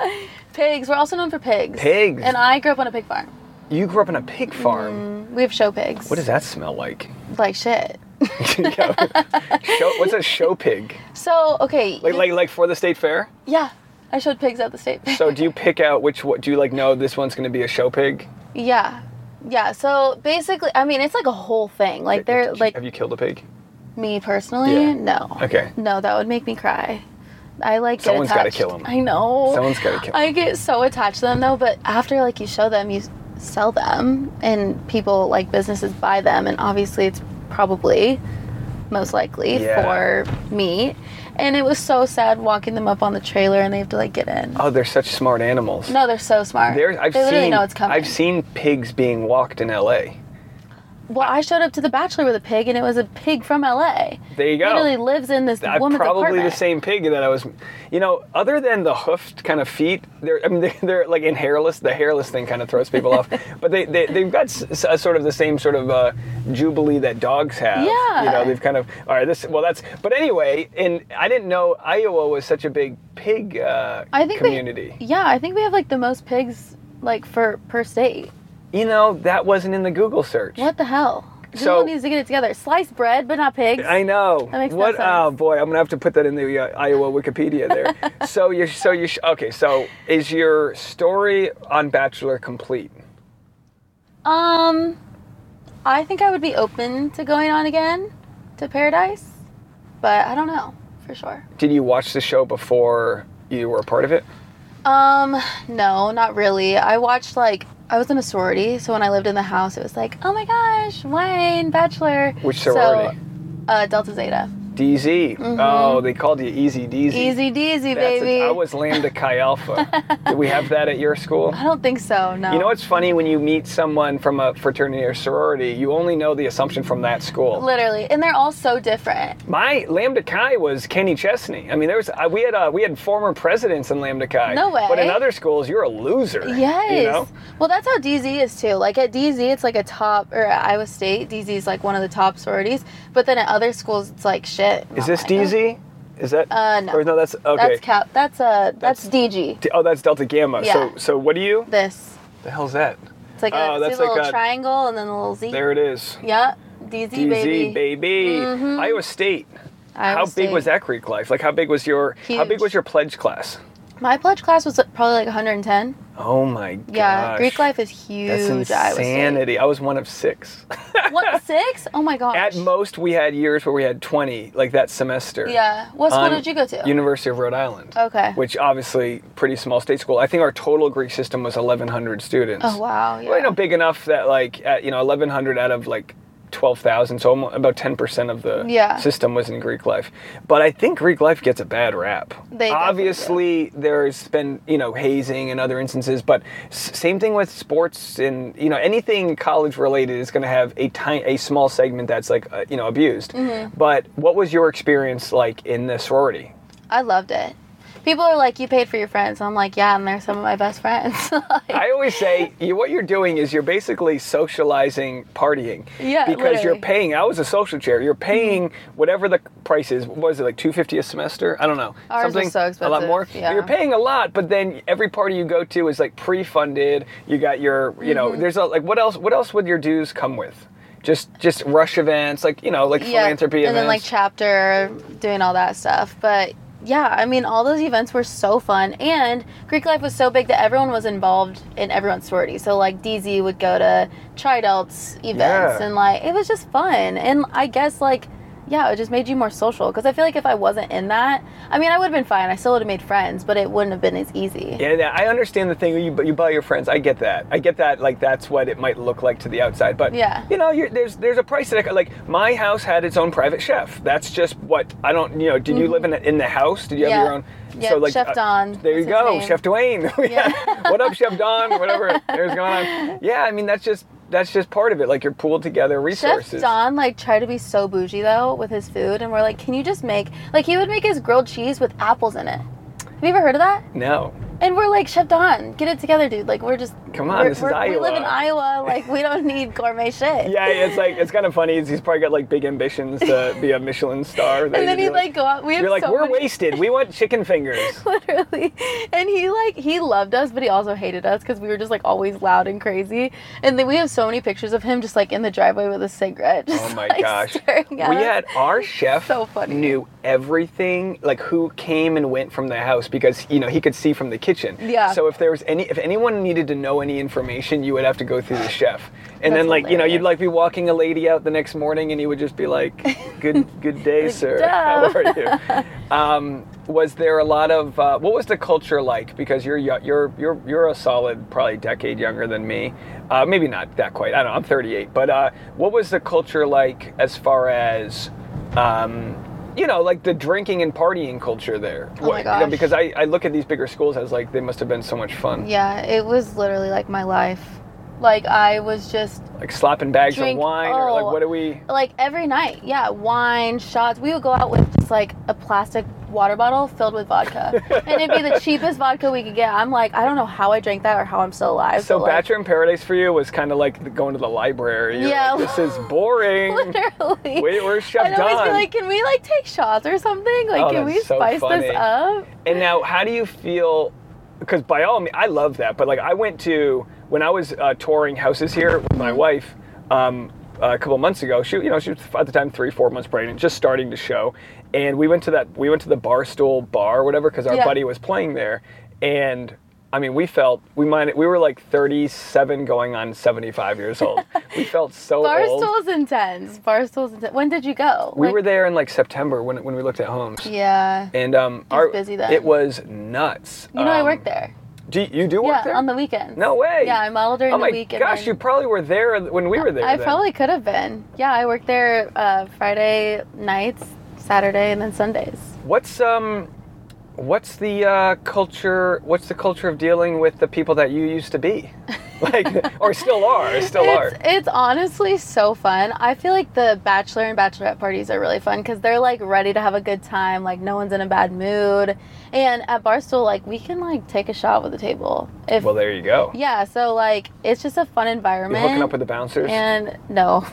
Speaker 2: Pigs. We're also known for pigs.
Speaker 1: Pigs.
Speaker 2: And I grew up on a pig farm.
Speaker 1: You grew up on a pig farm.
Speaker 2: We have show pigs.
Speaker 1: What does that smell like?
Speaker 2: Like shit.
Speaker 1: show, what's a show pig?
Speaker 2: So okay.
Speaker 1: Like,
Speaker 2: you-
Speaker 1: like, like for the state fair?
Speaker 2: Yeah, I showed pigs at the state. fair.
Speaker 1: So do you pick out which one? Do you like know this one's going to be a show pig?
Speaker 2: yeah, yeah. So basically, I mean, it's like a whole thing. Like they're
Speaker 1: Did you-
Speaker 2: like
Speaker 1: Have you killed a pig?
Speaker 2: me personally.
Speaker 1: Yeah.
Speaker 2: No.
Speaker 1: Okay.
Speaker 2: No, that would make me cry. I like.
Speaker 1: Someone's
Speaker 2: got
Speaker 1: gotta
Speaker 2: to
Speaker 1: kill 'em.
Speaker 2: I know.
Speaker 1: Someone's gotta kill 'em.
Speaker 2: I get so attached to them though, but after like you show them, you s- sell them, and people like businesses buy them, and obviously it's probably most likely
Speaker 1: Yeah.
Speaker 2: for meat. And it was so sad walking them up on the trailer, and they have to like get in.
Speaker 1: Oh, they're such smart animals.
Speaker 2: No, they're so smart.
Speaker 1: There's, I've
Speaker 2: they literally
Speaker 1: seen,
Speaker 2: know it's coming.
Speaker 1: I've seen pigs being walked in L.A.
Speaker 2: Well, I showed up to the Bachelor with a pig, and it was a pig from LA.
Speaker 1: There you go.
Speaker 2: Literally lives in this
Speaker 1: I'm
Speaker 2: woman's
Speaker 1: probably
Speaker 2: apartment.
Speaker 1: the same pig that I was. You know, other than the hoofed kind of feet, they're I mean they're, they're like in hairless. The hairless thing kind of throws people off, but they they they've got s- s- uh, sort of the same sort of uh, jubilee that dogs have. You
Speaker 2: Yeah.
Speaker 1: know, they've kind of all right. This well, that's but anyway, and I didn't know Iowa was such a big pig uh,
Speaker 2: I think
Speaker 1: community.
Speaker 2: We, yeah, I think we have like the most pigs like for per state.
Speaker 1: you know, that wasn't in the Google search.
Speaker 2: What the hell? Google
Speaker 1: So-
Speaker 2: needs to get it together. Sliced bread, but not pigs.
Speaker 1: I know.
Speaker 2: That makes no
Speaker 1: what?
Speaker 2: sense.
Speaker 1: Oh boy, I'm gonna have to put that in the uh, Iowa Wikipedia there. so you, so you, okay. So is your story on Bachelor complete?
Speaker 2: um, I think I would be open to going on again to paradise, but I don't know for sure.
Speaker 1: Did you watch the show before you were a part of it?
Speaker 2: Um, no, not really. I watched like I was in a sorority, so when I lived in the house, it was like, oh my gosh, Wayne Bachelor.
Speaker 1: Which
Speaker 2: So,
Speaker 1: sorority?
Speaker 2: uh, Delta Zeta.
Speaker 1: DZ. Oh, they called you Easy DZ.
Speaker 2: Mm-hmm. Easy deasy,
Speaker 1: That's
Speaker 2: baby.
Speaker 1: It. I was Lambda Chi Alpha. Did we have that at your school?
Speaker 2: I don't think so. No.
Speaker 1: You know what's funny when you meet someone from a fraternity or sorority, you only know the assumption from that school.
Speaker 2: Literally, and they're all so different.
Speaker 1: My Lambda Chi was Kenny Chesney. I mean, there was I, we had uh, we had former presidents in Lambda Chi.
Speaker 2: No way.
Speaker 1: But in other schools, you're a loser.
Speaker 2: Yes.
Speaker 1: You know?
Speaker 2: Well, that's how DZ is too. Like at DZ, it's like a top, or at Iowa State, DZ is like one of the top sororities. But then at other schools, it's like shit.
Speaker 1: Is
Speaker 2: not
Speaker 1: this
Speaker 2: mine.
Speaker 1: DZ? Is that?
Speaker 2: Uh, no.
Speaker 1: Or no, that's okay.
Speaker 2: That's cap. That's uh. That's, DG.
Speaker 1: D- oh, that's Delta Gamma.
Speaker 2: Yeah.
Speaker 1: So so what do you?
Speaker 2: This.
Speaker 1: The hell's that?
Speaker 2: It's like
Speaker 1: Oh,
Speaker 2: a,
Speaker 1: that's
Speaker 2: see the
Speaker 1: like
Speaker 2: little
Speaker 1: a-
Speaker 2: triangle and then the little Z.
Speaker 1: There it is.
Speaker 2: Yeah. DZ,
Speaker 1: DZ
Speaker 2: baby. Mm-hmm.
Speaker 1: Iowa State.
Speaker 2: Iowa
Speaker 1: how
Speaker 2: State.
Speaker 1: big was that Greek life? Like how big was your how big
Speaker 2: Huge.
Speaker 1: was your pledge class?
Speaker 2: My pledge class was probably like 110.
Speaker 1: Oh my god.
Speaker 2: Yeah. Greek life is huge.
Speaker 1: That's
Speaker 2: at Iowa Oh,
Speaker 1: insanity. I was one of six.
Speaker 2: State. What six? Oh my gosh.
Speaker 1: At most, we had years where we had 20, like that semester.
Speaker 2: Yeah. What school
Speaker 1: on
Speaker 2: did you go to?
Speaker 1: University of Rhode Island.
Speaker 2: Okay.
Speaker 1: Which obviously pretty small state school. I think our total Greek system was 1,100 students.
Speaker 2: oh wow. Yeah.
Speaker 1: Well, you know, big enough that like at, you know 1,100 out of like 12,000, so almo about 10% of the
Speaker 2: Yeah.
Speaker 1: system was in Greek life. But I think Greek life gets a bad rap.
Speaker 2: They definitely
Speaker 1: obviously there's been you know hazing and other instances, but s- same thing with sports and you know anything college related is going to have a tiny, a small segment that's like uh, you know abused.
Speaker 2: Mm-hmm.
Speaker 1: But what was your experience like in the sorority?
Speaker 2: I loved it. People are like, you paid for your friends. I'm like, yeah, and they're some of my best friends. Like,
Speaker 1: I always say you, what you're doing is you're basically socializing, partying.
Speaker 2: Yeah, Mm-hmm.
Speaker 1: Because you're
Speaker 2: literally.
Speaker 1: paying. I was a social chair. You're paying whatever the price is. What was it like two fifty a semester? I don't know.
Speaker 2: Ours was
Speaker 1: Something
Speaker 2: so
Speaker 1: a lot
Speaker 2: expensive,
Speaker 1: more.
Speaker 2: yeah.
Speaker 1: You're paying a lot, but then every party you go to is like pre-funded. You got your, you know,
Speaker 2: Mm-hmm.
Speaker 1: there's a, like what else? What else would your dues come with? Just just rush events, like you know, like philanthropy
Speaker 2: and then like
Speaker 1: events.
Speaker 2: chapter doing all that stuff. But yeah, I mean, all those events were so fun, and Greek life was so big that everyone was involved in everyone's sorority. So like DZ would go to Tri Delts events,
Speaker 1: Yeah.
Speaker 2: and like it was just fun. And I guess like. Yeah, it just made you more social because I feel like if I wasn't in that, I mean, I would have been fine. I still would have made friends, but it wouldn't have been as easy.
Speaker 1: Yeah, yeah, I understand the thing you you buy your friends. I get that. I get that. Like that's what it might look like to the outside, but
Speaker 2: Yeah.
Speaker 1: you know, you're, there's there's a price that I, like my house had its own private chef. That's just what I don't. You know, did you live in the, in the house? Did you
Speaker 2: Mm-hmm. Yeah.
Speaker 1: have your own? uh,
Speaker 2: Yeah, Chef Don
Speaker 1: there you
Speaker 2: was his
Speaker 1: go,
Speaker 2: name.
Speaker 1: Chef Dwayne. Yeah. what up, Chef Don? Whatever. There's going on. Yeah, I mean that's just that's just part of it. Like you're pooled together
Speaker 2: Chef
Speaker 1: resources.
Speaker 2: Don like tried to be so bougie though with his food, and we're like, can you just make like he would make his grilled cheese with apples in it. Have you ever heard of that?
Speaker 1: No.
Speaker 2: And we're like, Chef Don, get it together, dude. Like we're just
Speaker 1: Come on,
Speaker 2: we're-
Speaker 1: this is
Speaker 2: we're- We live in
Speaker 1: Iowa.
Speaker 2: Iowa. Like we don't need gourmet shit.
Speaker 1: Yeah, it's like it's kind of funny. He's he's probably got like big ambitions to be a Michelin star.
Speaker 2: And then he'd like go out. We have
Speaker 1: You're like,
Speaker 2: so
Speaker 1: we're
Speaker 2: many-
Speaker 1: wasted. We want chicken fingers.
Speaker 2: literally. And he like he loved us, but he also hated us because we were just like always loud and crazy. And then we have so many pictures of him just like in the driveway with a cigarette.
Speaker 1: Oh
Speaker 2: Just,
Speaker 1: my
Speaker 2: like,
Speaker 1: gosh.
Speaker 2: staring at
Speaker 1: we
Speaker 2: us.
Speaker 1: had our chef
Speaker 2: So funny.
Speaker 1: knew everything, like who came and went from the house because you know he could see from the kitchen.
Speaker 2: Yeah.
Speaker 1: So if there was any if anyone needed to know any information, you would have to go through the chef. And
Speaker 2: That's
Speaker 1: then like, you know, you'd
Speaker 2: hilarious.
Speaker 1: like be walking a lady out the next morning and he would just be like, Good good day, sir.
Speaker 2: job."
Speaker 1: How are you? Um, was there a lot of uh, what was the culture like? Because you're yo- you're you're you're a solid probably decade younger than me, uh, maybe not that quite. I don't know. I'm 38, but uh, what was the culture like as far as um, you know, like the drinking and partying culture there?
Speaker 2: Oh my
Speaker 1: you know,
Speaker 2: gosh.
Speaker 1: because I, I look at these bigger schools as like they must have been so much fun.
Speaker 2: Yeah, it was literally like my life. Like I was just
Speaker 1: Like slapping bags
Speaker 2: Drink-
Speaker 1: of wine or like
Speaker 2: oh.
Speaker 1: what are we?
Speaker 2: like every night, yeah, wine, shots. We would go out with just like a plastic water bottle filled with vodka, and it'd be the cheapest vodka we could get. I'm like, I don't know how I drank that or how I'm still alive.
Speaker 1: So
Speaker 2: but, like,
Speaker 1: Bachelor in Paradise for you was kind of like going to the library. You're
Speaker 2: Yeah.
Speaker 1: like, this is boring.
Speaker 2: literally.
Speaker 1: Wait, where's Chef
Speaker 2: I'd always be
Speaker 1: Don?
Speaker 2: like, can we like take shots or something? Like,
Speaker 1: Oh,
Speaker 2: can
Speaker 1: that's
Speaker 2: we
Speaker 1: so
Speaker 2: spice
Speaker 1: funny.
Speaker 2: this up?
Speaker 1: And now, how do you feel? Because by all means, I love that. But like, I went to when I was uh, touring houses here with my wife um, a couple months ago. She, you know, she was at the time three, four months pregnant, just starting to show. And we went to that. We went to the Barstool Bar, or whatever, because our
Speaker 2: Yeah.
Speaker 1: buddy was playing there. And I mean, we felt we might we were like 37, going on 75 years old. we felt so old.
Speaker 2: Barstool's intense. Barstool's intense. When did you go?
Speaker 1: We
Speaker 2: Like-
Speaker 1: were there in like September when when we looked at homes.
Speaker 2: Yeah.
Speaker 1: And um,
Speaker 2: was busy then.
Speaker 1: it was nuts.
Speaker 2: You know, I
Speaker 1: Um,
Speaker 2: worked there.
Speaker 1: Do you, you do work
Speaker 2: Yeah,
Speaker 1: there?
Speaker 2: on the weekends.
Speaker 1: No way.
Speaker 2: Yeah, I modeled during
Speaker 1: oh
Speaker 2: the
Speaker 1: my
Speaker 2: week. and
Speaker 1: gosh,
Speaker 2: then-
Speaker 1: you probably were there when we were there.
Speaker 2: I
Speaker 1: then.
Speaker 2: probably could have been. Yeah, I worked there uh, Friday nights, Saturday, and then Sundays.
Speaker 1: What's um, what's the uh, culture? What's the culture of dealing with the people that you used to be, like, or still are, still
Speaker 2: It's,
Speaker 1: are?
Speaker 2: it's honestly so fun. I feel like the bachelor and bachelorette parties are really fun because they're like ready to have a good time. Like no one's in a bad mood, and at Barstool, like we can like take a shot with the table. If
Speaker 1: Well, there you go.
Speaker 2: yeah, so like it's just a fun
Speaker 1: You're
Speaker 2: environment.
Speaker 1: hooking up with the bouncers.
Speaker 2: and no,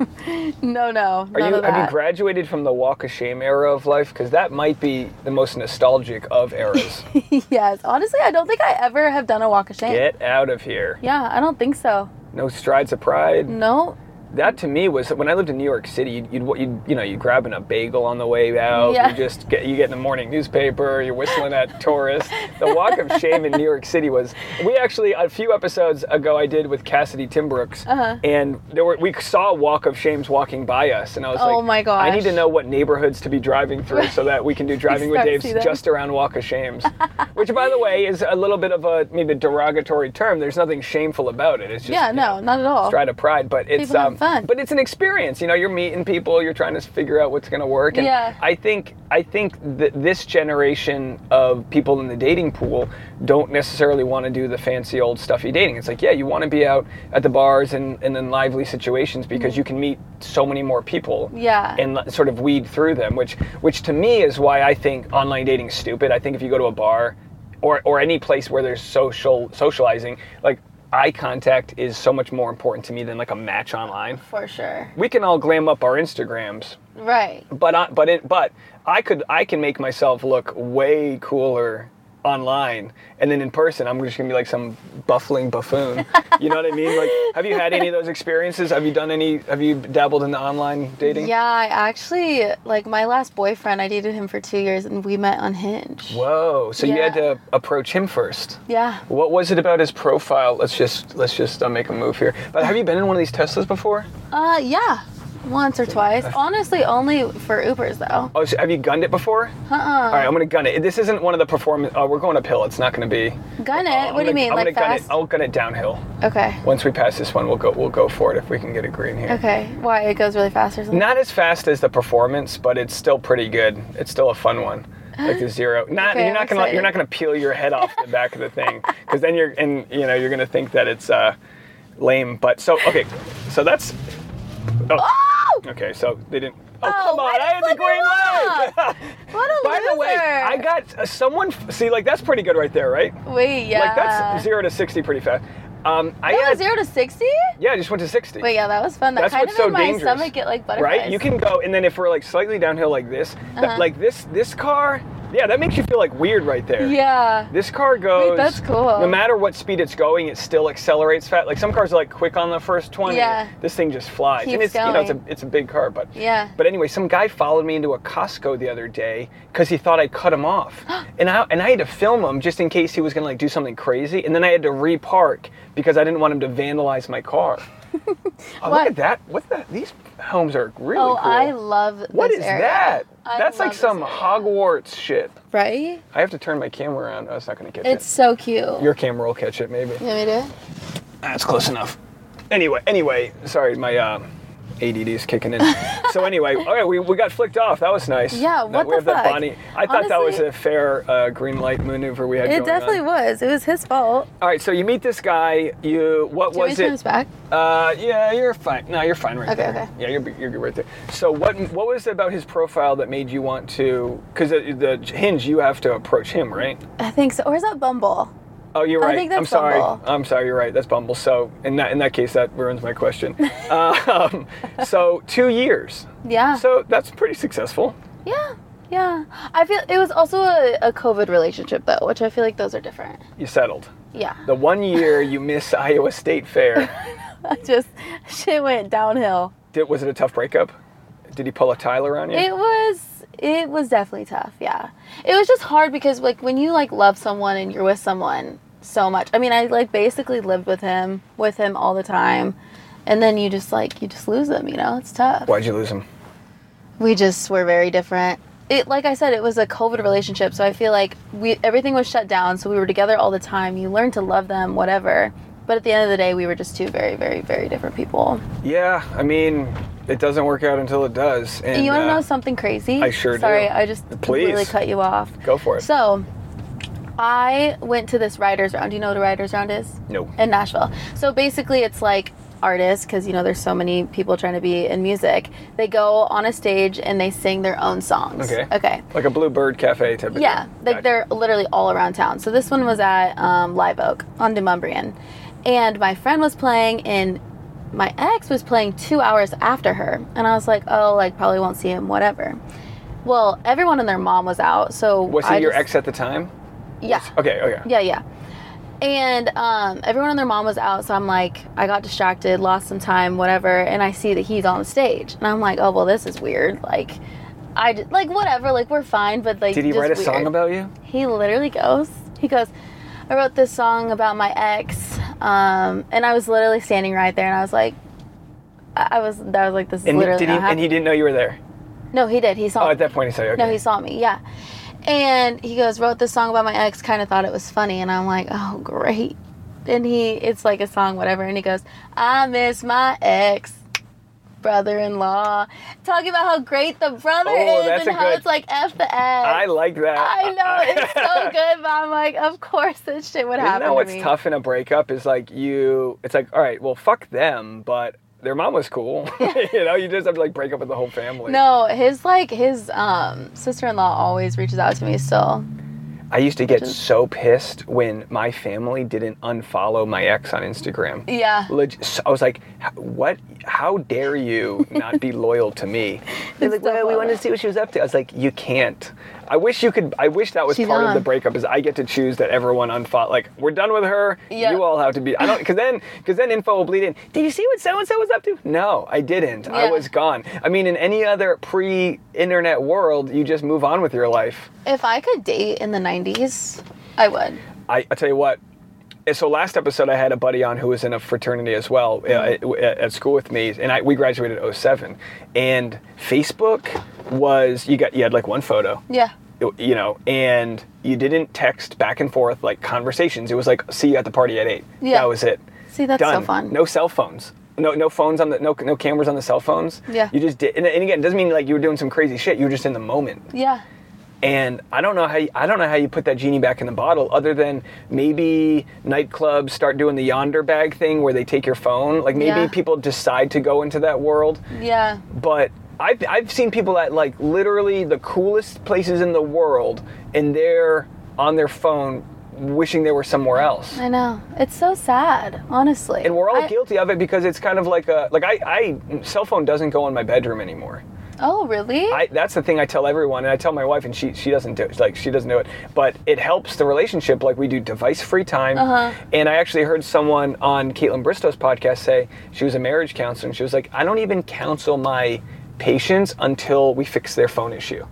Speaker 2: no, no.
Speaker 1: are
Speaker 2: none
Speaker 1: you
Speaker 2: of that.
Speaker 1: have you graduated from the walk of shame era of life? Because that might be the most nostalgic of eras.
Speaker 2: Yes, honestly, I don't think I ever have done a walk of shame.
Speaker 1: Get out of here.
Speaker 2: Yeah, I don't think so.
Speaker 1: No strides of pride.
Speaker 2: No.
Speaker 1: that to me was when I lived in New York City. You'd, you'd, you'd you know you grabbing a bagel on the way out.
Speaker 2: Yeah.
Speaker 1: You just get you get in the morning newspaper. You're whistling at tourists. The walk of shame in New York City was. We actually a few episodes ago I did with Cassidy Timbrooks,
Speaker 2: Uh-huh.
Speaker 1: and there were we saw walk of shames walking by us, and I was
Speaker 2: Oh
Speaker 1: like,
Speaker 2: my
Speaker 1: I need
Speaker 2: gosh.
Speaker 1: to know what neighborhoods to be driving through so that we can do driving with
Speaker 2: Start to
Speaker 1: Dave's
Speaker 2: see them.
Speaker 1: just around walk of shames, which by the way is a little bit of a maybe derogatory term. There's nothing shameful about it. It's just
Speaker 2: Yeah,
Speaker 1: you
Speaker 2: no,
Speaker 1: know,
Speaker 2: not at all.
Speaker 1: stride of pride, but it's
Speaker 2: People have
Speaker 1: um,
Speaker 2: fun.
Speaker 1: but it's an experience. You know, you're meeting people, you're trying to figure out what's going to work. And
Speaker 2: Yeah.
Speaker 1: I think I think that this generation of people in the dating pool don't necessarily want to do the fancy old stuffy dating. It's like, yeah, you want to be out at the bars and, and in lively situations because
Speaker 2: Mm-hmm.
Speaker 1: you can meet so many more people.
Speaker 2: Yeah.
Speaker 1: And let- sort of weed through them, which which to me is why I think online dating's stupid. I think if you go to a bar or or any place where there's social socializing, like eye contact is so much more important to me than like a match online.
Speaker 2: For sure.
Speaker 1: We can all glam up our Instagrams,
Speaker 2: Right.
Speaker 1: but I, but it, but I could I can make myself look way cooler online and then in person I'm just gonna be like some buffling buffoon. you know what I mean? Like, have you had any of those experiences? Have you done any? Have you dabbled in the online dating?
Speaker 2: Yeah, I actually like my last boyfriend. I dated him for two years, and we met on Hinge.
Speaker 1: Whoa! So you had
Speaker 2: Yeah.
Speaker 1: to approach him first.
Speaker 2: Yeah.
Speaker 1: What was it about his profile? Let's just let's just uh, make a move here. But have you been in one of these Teslas before?
Speaker 2: Uh, yeah. Once or twice. Honestly, only for Ubers though.
Speaker 1: Oh, so have you gunned it before? Uh-uh. All right, I'm gonna gun it. This isn't one of the performance. Oh, we're going uphill. It's not gonna be.
Speaker 2: Gun it.
Speaker 1: Oh, I'm
Speaker 2: Eh, what do you
Speaker 1: gonna-
Speaker 2: mean?
Speaker 1: I'm
Speaker 2: like
Speaker 1: gonna gun it. Oh.
Speaker 2: fast?
Speaker 1: I'll gun it downhill.
Speaker 2: Okay.
Speaker 1: Once we pass this one, we'll go we'll go for it if we can get a green here.
Speaker 2: Okay. Why it goes really fast or something?
Speaker 1: Not as fast as the performance, but it's still pretty good. It's still a fun one. Like the zero. Not
Speaker 2: Okay,
Speaker 1: you're not
Speaker 2: I'm
Speaker 1: gonna you're
Speaker 2: excited.
Speaker 1: not gonna peel your head off the back of the thing because then you're and you know you're gonna think that it's uh, lame. But so okay, so that's
Speaker 2: Oh!
Speaker 1: okay. So they didn't. Oh,
Speaker 2: Oh,
Speaker 1: come
Speaker 2: why
Speaker 1: on! I
Speaker 2: did
Speaker 1: had the
Speaker 2: flip
Speaker 1: green
Speaker 2: it
Speaker 1: light.
Speaker 2: up? What a
Speaker 1: By
Speaker 2: loser!
Speaker 1: the way, I got uh, someone. f- See, like that's pretty good right there, right?
Speaker 2: Wait, yeah.
Speaker 1: Like that's zero to sixty pretty fast. Um, I
Speaker 2: That
Speaker 1: had
Speaker 2: was zero to sixty.
Speaker 1: yeah, I just went to sixty.
Speaker 2: Wait, yeah, that was fun. That
Speaker 1: That's
Speaker 2: kind
Speaker 1: what's
Speaker 2: of
Speaker 1: so
Speaker 2: made my
Speaker 1: dangerous,
Speaker 2: stomach get like butterflies.
Speaker 1: right? You can go, and then if we're like slightly downhill like this, that-
Speaker 2: Uh-huh.
Speaker 1: like this this car, yeah, that makes you feel like weird right there.
Speaker 2: Yeah.
Speaker 1: This car goes.
Speaker 2: that's cool.
Speaker 1: No matter what speed it's going, it still accelerates fast. Like some cars are like quick on the first twenty.
Speaker 2: Yeah.
Speaker 1: This thing just flies. and it's
Speaker 2: Keeps
Speaker 1: you know it's a
Speaker 2: going.
Speaker 1: it's a big car, but
Speaker 2: Yeah.
Speaker 1: But anyway, some guy followed me into a Costco the other day because he thought I cut him off, and I and I had to film him just in case he was gonna like do something crazy, and then I had to re-park because I didn't want him to vandalize my car. Oh, look
Speaker 2: What?
Speaker 1: at that! What the? These homes are really
Speaker 2: Oh,
Speaker 1: cool.
Speaker 2: I love.
Speaker 1: What
Speaker 2: this
Speaker 1: is
Speaker 2: area.
Speaker 1: that?
Speaker 2: I
Speaker 1: That's
Speaker 2: love
Speaker 1: like
Speaker 2: this
Speaker 1: some
Speaker 2: area.
Speaker 1: Hogwarts shit.
Speaker 2: Right?
Speaker 1: I have to turn my camera around. Oh, it's not gonna catch
Speaker 2: It's so cute.
Speaker 1: it. Your camera will catch it, maybe.
Speaker 2: You want me to do it?
Speaker 1: That's close enough. Anyway, anyway, sorry, my uh, ADD is kicking in. so anyway, all right, we, we got flicked off. That was nice.
Speaker 2: Yeah,
Speaker 1: That-
Speaker 2: what
Speaker 1: we
Speaker 2: the
Speaker 1: have that
Speaker 2: fuck?
Speaker 1: Bonnie. I thought that was
Speaker 2: Honestly-
Speaker 1: a fair uh, green light maneuver we had. going
Speaker 2: It
Speaker 1: on.
Speaker 2: definitely was. It was his fault.
Speaker 1: All right, so you meet this guy. You what
Speaker 2: Do you want me
Speaker 1: was
Speaker 2: to turn
Speaker 1: it?
Speaker 2: this back?
Speaker 1: Uh, yeah, you're fine. No, you're fine right
Speaker 2: Okay,
Speaker 1: there.
Speaker 2: okay.
Speaker 1: Yeah, you're, you're good right there. So what what was it about his profile that made you want to? Because the, the hinge, you have to approach him, right?
Speaker 2: I think so. Or is that Bumble?
Speaker 1: Oh, you're
Speaker 2: I
Speaker 1: right.
Speaker 2: think
Speaker 1: am
Speaker 2: that's
Speaker 1: sorry.
Speaker 2: Bumble.
Speaker 1: I'm sorry. You're right. That's Bumble. So in that in that case, that ruins my question. um, so two years.
Speaker 2: Yeah.
Speaker 1: So that's pretty successful.
Speaker 2: yeah. Yeah. I feel it was also a, a COVID relationship though, which I feel like those are different.
Speaker 1: You settled.
Speaker 2: Yeah.
Speaker 1: The one year you miss Iowa State Fair.
Speaker 2: I just shit went downhill.
Speaker 1: Did, was it a tough breakup? Did he pull a Tyler on you?
Speaker 2: It was it was definitely tough, yeah. It was just hard because like when you like love someone and you're with someone so much. I mean, I like basically lived with him, with him all the time. And then you just like you just lose them, you know? It's tough.
Speaker 1: Why'd you lose him?
Speaker 2: We just were very different. It like I said, it was a COVID relationship, so I feel like we everything was shut down, so we were together all the time. You learn to love them, whatever. But at the end of the day, we were just two very, very, very different people.
Speaker 1: Yeah, I mean, it doesn't work out until it does. And,
Speaker 2: And you want to
Speaker 1: uh,
Speaker 2: know something crazy?
Speaker 1: I sure do.
Speaker 2: Sorry, I just completely
Speaker 1: Please.
Speaker 2: cut you off.
Speaker 1: Go for it.
Speaker 2: So, I went to this writers round. Do you know what a writers round is?
Speaker 1: no.
Speaker 2: in Nashville. So basically, it's like artists, because you know there's so many people trying to be in music. They go on a stage and they sing their own songs.
Speaker 1: Okay.
Speaker 2: Okay.
Speaker 1: Like a Bluebird Cafe type of
Speaker 2: Yeah,
Speaker 1: thing.
Speaker 2: like
Speaker 1: Gotcha.
Speaker 2: they're literally all around town. So this one was at um, Live Oak on Demumbrian, and my friend was playing, and my ex was playing two hours after her, and I was like, oh, like probably won't see him, whatever. Well, everyone and their mom was out, so
Speaker 1: Was he
Speaker 2: I
Speaker 1: your
Speaker 2: just-
Speaker 1: ex at the time?
Speaker 2: Yeah.
Speaker 1: Okay, okay.
Speaker 2: Yeah, yeah. And um, everyone and their mom was out, so I'm like, I got distracted, lost some time, whatever. And I see that he's on stage, and I'm like, oh well, this is weird. Like, I d- like whatever, like we're fine, but like,
Speaker 1: Did he
Speaker 2: just
Speaker 1: write a song
Speaker 2: weird.
Speaker 1: about you?
Speaker 2: He literally goes, he goes, I wrote this song about my ex, um, and I was literally standing right there, and I was like, I, I was, that was like, this is
Speaker 1: And, he-
Speaker 2: literally
Speaker 1: did he,
Speaker 2: not
Speaker 1: and he
Speaker 2: happening.
Speaker 1: didn't know you were there.
Speaker 2: no, he did. He saw.
Speaker 1: Oh, at
Speaker 2: me.
Speaker 1: that point he said, okay.
Speaker 2: No, he saw me, yeah. And he goes, wrote this song about my ex, kind of thought it was funny. And I'm like, oh, great. And he, it's like a song, whatever. And he goes, I miss my ex. Brother in law, talking about how great the brother
Speaker 1: Oh,
Speaker 2: is
Speaker 1: that's
Speaker 2: and
Speaker 1: a
Speaker 2: how
Speaker 1: good-
Speaker 2: it's like F the ex.
Speaker 1: I like that.
Speaker 2: I know, it's so good, but I'm like, of course this shit would
Speaker 1: You
Speaker 2: happen.
Speaker 1: know what's
Speaker 2: to me.
Speaker 1: tough in a breakup is like you. It's like all right, well, fuck them, but their mom was cool. you know, you just have to like break up with the whole family.
Speaker 2: No, his like his um sister in law always reaches out to me still.
Speaker 1: I used to get so pissed when my family didn't unfollow my ex on Instagram.
Speaker 2: Yeah.
Speaker 1: Leg- so- I was like, "H- what? How dare you not be loyal to me? They're like,
Speaker 2: so
Speaker 1: well, we wanted
Speaker 2: funny.
Speaker 1: to see what she was up to. I was like, you can't. I wish you could. I wish that was
Speaker 2: She's
Speaker 1: part of the
Speaker 2: on.
Speaker 1: breakup. Is I get to choose that everyone unfollow. Like, we're done with her.
Speaker 2: Yeah.
Speaker 1: You all have to be. I don't. Because then, because then info will bleed in. Did you see what so and so was up to? No, I didn't. I
Speaker 2: Yeah.
Speaker 1: was gone. I mean, in any other pre-internet world, you just move on with your life.
Speaker 2: If I could date in the nineties, I would.
Speaker 1: I, I tell you what. and So last episode, I had a buddy on who was in a fraternity as well
Speaker 2: Mm-hmm.
Speaker 1: uh, at, at school with me, and I, we graduated 07. And Facebook was you got you had like one photo,
Speaker 2: Yeah.
Speaker 1: you- you know, and you didn't text back and forth like conversations. It was like see you at the party at eight.
Speaker 2: Yeah.
Speaker 1: that was it.
Speaker 2: See, that's
Speaker 1: Done.
Speaker 2: so fun.
Speaker 1: No cell phones. No, no phones on the no, no cameras on the cell phones.
Speaker 2: Yeah.
Speaker 1: You just did, and, and again, it doesn't mean like you were doing some crazy shit. You were just in the moment.
Speaker 2: Yeah.
Speaker 1: And I don't know how you, I don't know how you put that genie back in the bottle, other than maybe nightclubs start doing the yonder bag thing where they take your phone. Like maybe
Speaker 2: Yeah.
Speaker 1: people decide to go into that world.
Speaker 2: Yeah.
Speaker 1: But I've I've seen people at like literally the coolest places in the world, and they're on their phone wishing they were somewhere else.
Speaker 2: I know. It's so sad, honestly.
Speaker 1: And we're all
Speaker 2: I-
Speaker 1: guilty of it because it's kind of like a like I, I cell phone doesn't go in my bedroom anymore.
Speaker 2: Oh, really?
Speaker 1: I, that's the thing I tell everyone, and I tell my wife, and she she doesn't do it. Like she doesn't do it, but it helps the relationship. Like we do device-free time, and I actually heard someone on Caitlin Bristow's podcast say she was a marriage counselor, and she was like, I don't even counsel my patients until we fix their phone issue,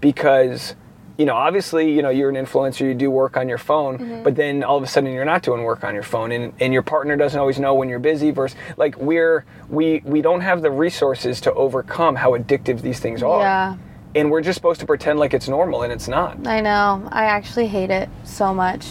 Speaker 1: because. You know, obviously, you know, you're an influencer, you do work on your phone,
Speaker 2: Mm-hmm.
Speaker 1: but then all of a sudden you're not doing work on your phone and, and your partner doesn't always know when you're busy versus like we're we we don't have the resources to overcome how addictive these things are
Speaker 2: Yeah.
Speaker 1: and we're just supposed to pretend like it's normal and it's not
Speaker 2: I know. I actually hate it so much.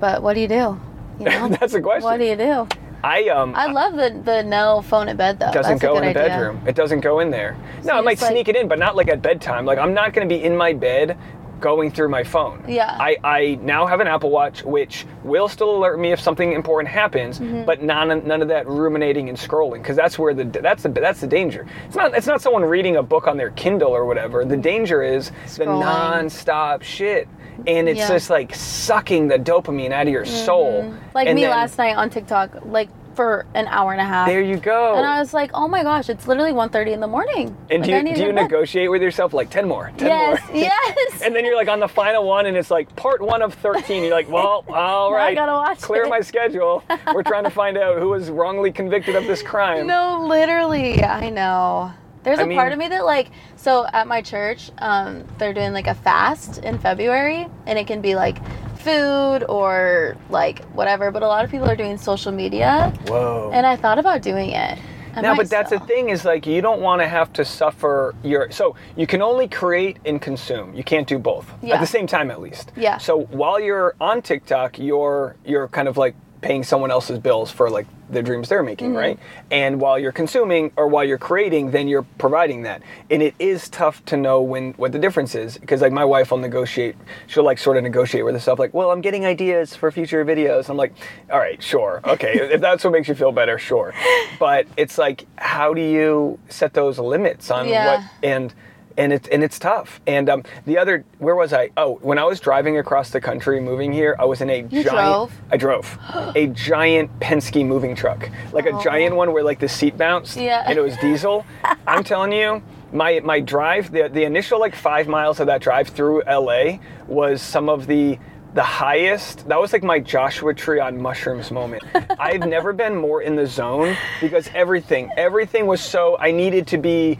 Speaker 2: But what do you do? You know?
Speaker 1: That's the question.
Speaker 2: What do you do?
Speaker 1: I um
Speaker 2: I love the the no phone at bed though.
Speaker 1: doesn't
Speaker 2: That's a
Speaker 1: go
Speaker 2: good
Speaker 1: in the
Speaker 2: idea.
Speaker 1: bedroom. It doesn't go in there. no,
Speaker 2: So
Speaker 1: I might
Speaker 2: it's like-
Speaker 1: sneak it in, but not like at bedtime. Like I'm not going to be in my bed going through my phone.
Speaker 2: Yeah.
Speaker 1: I, I now have an Apple Watch which will still alert me if something important happens,
Speaker 2: Mm-hmm.
Speaker 1: but none none of that ruminating and scrolling because that's where the that's the that's the danger. It's not it's not someone reading a book on their Kindle or whatever. The danger is the
Speaker 2: Scrolling.
Speaker 1: non-stop shit. And it's
Speaker 2: Yeah. Mm-hmm.
Speaker 1: just like sucking the dopamine out of your soul.
Speaker 2: Like
Speaker 1: And
Speaker 2: me
Speaker 1: then-
Speaker 2: last night on TikTok, like for an hour and a half.
Speaker 1: There you go.
Speaker 2: and I was like, oh my gosh, it's literally 1.30 in the morning.
Speaker 1: And
Speaker 2: Like,
Speaker 1: do
Speaker 2: I
Speaker 1: you,
Speaker 2: need
Speaker 1: do you
Speaker 2: to go to bed.
Speaker 1: negotiate with yourself like 10 more, 10
Speaker 2: Yes,
Speaker 1: more?
Speaker 2: yes.
Speaker 1: And then you're like on the final one and it's like part one of 13. You're like, well, all
Speaker 2: Now I
Speaker 1: right.
Speaker 2: gotta watch
Speaker 1: Clear
Speaker 2: it.
Speaker 1: my schedule. We're trying to find out who was wrongly convicted of this crime.
Speaker 2: No, literally. I know. There's
Speaker 1: I
Speaker 2: a
Speaker 1: mean-
Speaker 2: part of me that like so at my church, um, they're doing like a fast in February and it can be like food or like whatever, but a lot of people are doing social media
Speaker 1: Whoa.
Speaker 2: and I thought about doing it. I
Speaker 1: No,
Speaker 2: might
Speaker 1: but that's
Speaker 2: still.
Speaker 1: the thing is like you don't want to have to suffer your so you can only create and consume. You can't do both
Speaker 2: Yeah.
Speaker 1: at the same time at least.
Speaker 2: Yeah.
Speaker 1: So while you're on TikTok, you're you're kind of like paying someone else's bills for like the dreams they're making,
Speaker 2: Mm-hmm.
Speaker 1: right? And while you're consuming or while you're creating, then you're providing that. And it is tough to know when what the difference is because like my wife will negotiate. She'll like sort of negotiate with herself like, "Well, I'm getting ideas for future videos." I'm like, "All right, sure. Okay, if that's what makes you feel better, sure." But it's like how do you set those limits on
Speaker 2: Yeah.
Speaker 1: what and and it's and it's tough. And um, the other, where was I? Oh, when I was driving across the country, moving here, I was in a giant.
Speaker 2: drove?
Speaker 1: I drove a giant Penske moving truck, like a
Speaker 2: Oh.
Speaker 1: giant one where like the seat bounced,
Speaker 2: Yeah.
Speaker 1: and it was diesel. I'm telling you, my my drive, the the initial like five miles of that drive through LA was some of the the highest. That was like my Joshua tree on mushrooms moment. I've never been more in the zone because everything everything was so. I needed to be.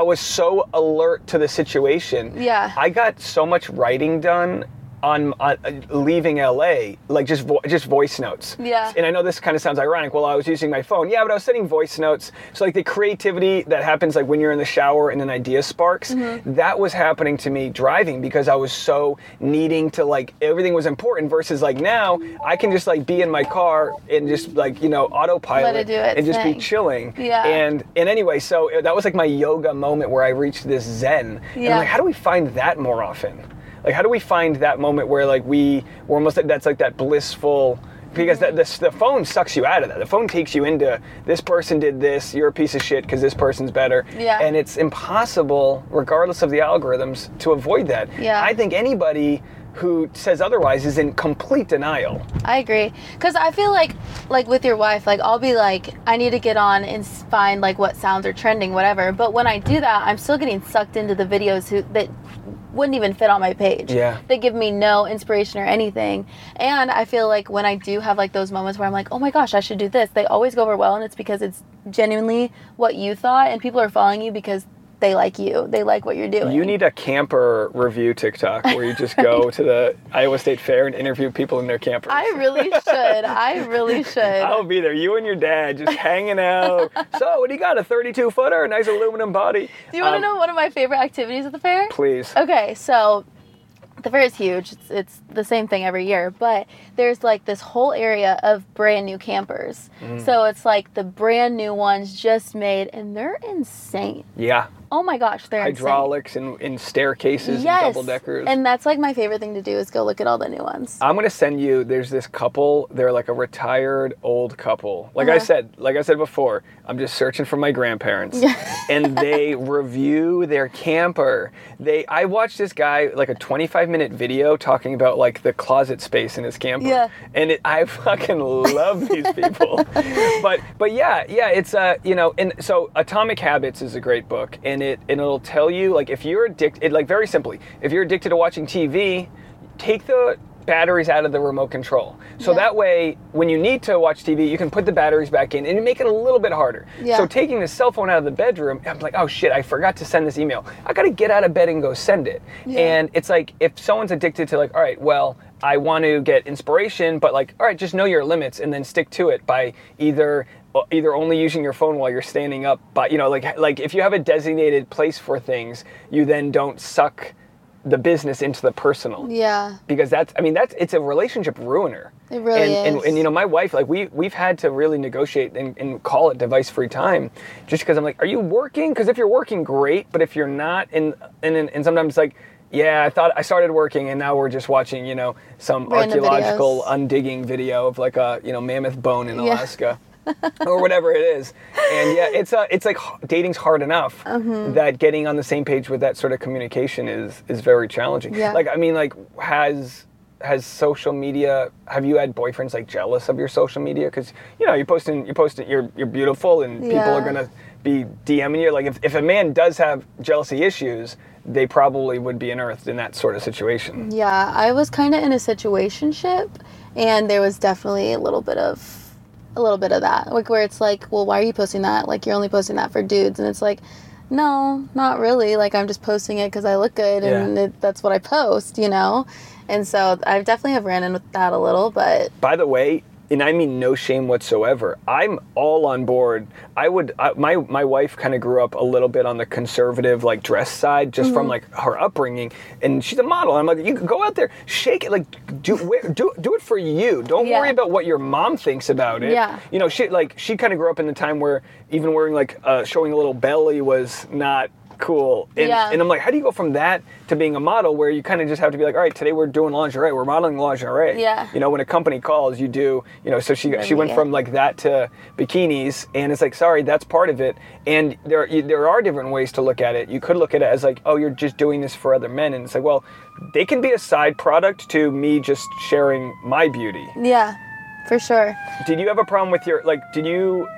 Speaker 1: I was so alert to the situation.
Speaker 2: Yeah.
Speaker 1: I got so much writing done on, on uh, leaving LA, like just vo- just voice notes.
Speaker 2: Yeah.
Speaker 1: And I know this kind of sounds ironic. Well, I was using my phone. Yeah, but I was sending voice notes. So like the creativity that happens like when you're in the shower and an idea sparks,
Speaker 2: Mm-hmm.
Speaker 1: that was happening to me driving because I was so needing to like everything was important versus like now I can just like be in my car and just like, you know, autopilot
Speaker 2: Let it do its
Speaker 1: and just be
Speaker 2: thing.
Speaker 1: chilling.
Speaker 2: Yeah.
Speaker 1: And and anyway, so uh, that was like my yoga moment where I reached this zen. And I'm
Speaker 2: Yeah.
Speaker 1: like, how do we find that more often? Like, how do we find that moment where like we we're almost at- that's like that blissful because
Speaker 2: Mm-hmm.
Speaker 1: that this, the phone sucks you out of that. The phone takes you into this person did this. You're a piece of shit because this person's better.
Speaker 2: Yeah.
Speaker 1: And it's impossible, regardless of the algorithms, to avoid that.
Speaker 2: Yeah.
Speaker 1: I think anybody who says otherwise is in complete denial.
Speaker 2: I agree. Cause I feel like like with your wife, like I'll be like, I need to get on and s- find like what sounds are trending, whatever. But when I do that, I'm still getting sucked into the videos who that wouldn't even fit on my page.
Speaker 1: Yeah.
Speaker 2: They give me no inspiration or anything. And I feel like when I do have like those moments where I'm like, oh my gosh, I should do this, they always go over well and it's because it's genuinely what you thought and people are following you because they like you. They like what you're doing.
Speaker 1: You need a camper review TikTok where you just go to the Iowa State Fair and interview people in their campers.
Speaker 2: I really should. I really should.
Speaker 1: I'll be there. You and your dad just hanging out. So, what do you got? A 32 footer, a nice aluminum body.
Speaker 2: Do you want to
Speaker 1: Um,
Speaker 2: know one of my favorite activities at the fair?
Speaker 1: Please.
Speaker 2: Okay, so the fair is huge. It's, it's the same thing every year, but there's like this whole area of brand new campers.
Speaker 1: Mm.
Speaker 2: So it's like the brand new ones just made, and they're insane.
Speaker 1: Yeah.
Speaker 2: Oh my gosh, they're
Speaker 1: Hydraulics and, and staircases
Speaker 2: insane. Yes,
Speaker 1: and double deckers.
Speaker 2: and that's like my favorite thing to do is go look at all the new ones.
Speaker 1: I'm gonna send you. There's this couple. They're like a retired old couple. Like
Speaker 2: Uh-huh.
Speaker 1: I said, like I said before, I'm just searching for my grandparents, and they review their camper. They, I watched this guy like a 25 minute video talking about like the closet space in his camper.
Speaker 2: Yeah.
Speaker 1: And it, I fucking love these people. but but yeah yeah it's uh you know and so Atomic Habits is a great book and it and it'll tell you like if you're addicted like very simply if you're addicted to watching TV take the batteries out of the remote control. So
Speaker 2: Yeah.
Speaker 1: that way, when you need to watch TV, you can put the batteries back in and you make it a little bit harder.
Speaker 2: Yeah.
Speaker 1: So taking the cell phone out of the bedroom, I'm like, oh shit, I forgot to send this email. I gotta get out of bed and go send it. And it's like, if someone's addicted to like, all right, well, I want to get inspiration, but like, all right, just know your limits and then stick to it by either uh, either only using your phone while you're standing up, but you know, like like if you have a designated place for things, you then don't suck the business into the personal
Speaker 2: Yeah.
Speaker 1: because that's I mean that's it's a relationship ruiner.
Speaker 2: It really
Speaker 1: and,
Speaker 2: is.
Speaker 1: And, and you know, my wife like we we've had to really negotiate and, and call it device free time, just because I'm like, are you working? Because if you're working, great. But if you're not, and and and sometimes it's like. Yeah, I thought I started working, and now we're just watching, you know, some
Speaker 2: Random
Speaker 1: archaeological
Speaker 2: videos.
Speaker 1: undigging video of like a, you know, mammoth bone in
Speaker 2: Yeah.
Speaker 1: Alaska, or whatever it is. And yeah, it's uh, it's like h- dating's hard enough
Speaker 2: Mm-hmm.
Speaker 1: that getting on the same page with that sort of communication is is very challenging.
Speaker 2: Yeah.
Speaker 1: Like I mean, like has has social media? Have you had boyfriends like jealous of your social media? Because you know you're posting, you're posting, you're you're beautiful, and people
Speaker 2: Yeah.
Speaker 1: are gonna be DMing you. Like if if a man does have jealousy issues, they probably would be unearthed in that sort of situation.
Speaker 2: Yeah, I was kind of in a situationship, and there was definitely a little bit of, a little bit of that, like where it's like, well, why are you posting that? Like you're only posting that for dudes, and it's like, no, not really. Like I'm just posting it because I look good, and
Speaker 1: Yeah.
Speaker 2: it, that's what I post, you know. And so I definitely have ran in with that a little, but
Speaker 1: By the way. And I mean no shame whatsoever. I'm all on board. I would. I, my my wife kind of grew up a little bit on the conservative like dress side, just
Speaker 2: Mm-hmm.
Speaker 1: from like her upbringing, and she's a model. I'm like, you could go out there, shake it, like do wear, do do it for you. Don't
Speaker 2: Yeah.
Speaker 1: worry about what your mom thinks about it.
Speaker 2: Yeah.
Speaker 1: You know, she like she kind of grew up in the time where even wearing like uh, showing a little belly was not cool. And,
Speaker 2: Yeah.
Speaker 1: and I'm like, how do you go from that to being a model where you kind of just have to be like, all right, today we're doing lingerie, we're modeling lingerie.
Speaker 2: Yeah.
Speaker 1: You know, when a company calls, you do. You know, so she
Speaker 2: Then
Speaker 1: she
Speaker 2: we
Speaker 1: went
Speaker 2: get-
Speaker 1: from like that to bikinis, and it's like, sorry, that's part of it. And there you, there are different ways to look at it. You could look at it as like, oh, you're just doing this for other men, and it's like, well, they can be a side product to me just sharing my beauty.
Speaker 2: yeah, for sure.
Speaker 1: Did you have a problem with your like? Did you?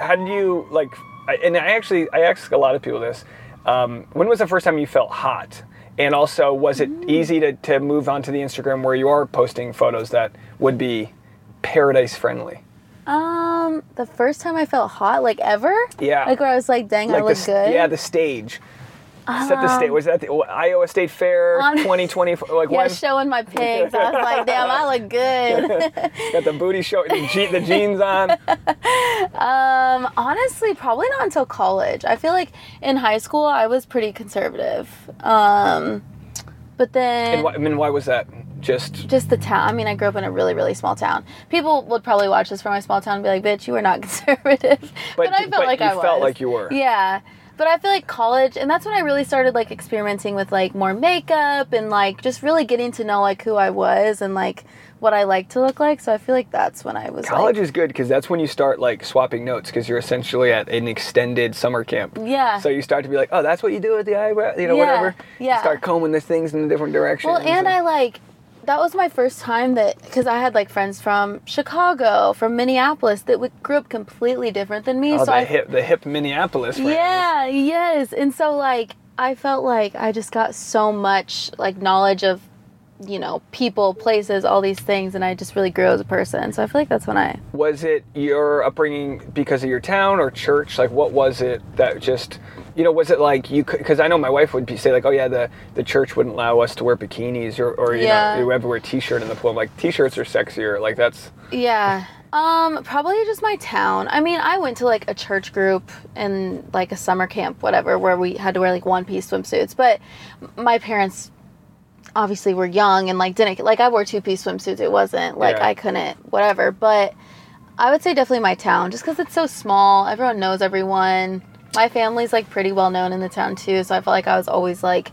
Speaker 1: How did you like? I, and I actually I ask a lot of people this. Um, when was the first time you felt hot? And also, was it easy to, to move on to the Instagram where you are posting photos that would be paradise friendly?
Speaker 2: Um, the first time I felt hot, like ever.
Speaker 1: Yeah.
Speaker 2: Like where I was like, dang, I
Speaker 1: the
Speaker 2: look
Speaker 1: s-
Speaker 2: good.
Speaker 1: yeah the stage. Set the stage. Was that the Iowa State Fair
Speaker 2: Um,
Speaker 1: 2020? Like
Speaker 2: Yeah,
Speaker 1: when
Speaker 2: showing my pigs. I was like, damn, I look good.
Speaker 1: got the booty show, the, je- the jeans on.
Speaker 2: Um, honestly, probably not until college. I feel like in high school I was pretty conservative. Um, but then
Speaker 1: And why, I mean, why was that? Just
Speaker 2: just the town. I mean, I grew up in a really, really small town. People would probably watch this from my small town and be like, "Bitch, you are not conservative." But, I felt
Speaker 1: but
Speaker 2: like
Speaker 1: you
Speaker 2: I was.
Speaker 1: felt like you were.
Speaker 2: Yeah, but I feel like college, and that's when I really started like experimenting with like more makeup and like just really getting to know like who I was and like what I like to look like. So I feel like that's when I was
Speaker 1: College
Speaker 2: Like,
Speaker 1: is good because that's when you start like swapping notes because you're essentially at an extended summer camp.
Speaker 2: yeah.
Speaker 1: So you start to be like, oh, that's what you do with the eyebrow, you know,
Speaker 2: Yeah,
Speaker 1: whatever.
Speaker 2: yeah.
Speaker 1: You start combing the things in a different direction.
Speaker 2: Well, and I like that was my first time that because I had like friends from Chicago, from Minneapolis that would, grew up completely different than me.
Speaker 1: oh,
Speaker 2: so
Speaker 1: the
Speaker 2: I,
Speaker 1: hip, the hip Minneapolis. friends.
Speaker 2: yeah, yes, and so like I felt like I just got so much like knowledge of you know people, places, all these things, and I just really grew as a person. So I feel like that's when I
Speaker 1: Was it your upbringing because of your town or church? Like, what was it that just, you know, was it like you? Because I know my wife would be say like, oh yeah, the the church wouldn't allow us to wear bikinis or, or you
Speaker 2: Yeah.
Speaker 1: know, you have to wear a t-shirt in the pool. I'm like, t-shirts are sexier. Like that's
Speaker 2: Yeah. Um, probably just my town. I mean, I went to like a church group and like a summer camp, whatever, where we had to wear like one piece swimsuits. But my parents obviously were young and like didn't like I wore two piece swimsuits. It wasn't like
Speaker 1: Yeah.
Speaker 2: I couldn't whatever. But I would say definitely my town, just because it's so small. Everyone knows everyone. My family's like pretty well known in the town too, so I felt like I was always like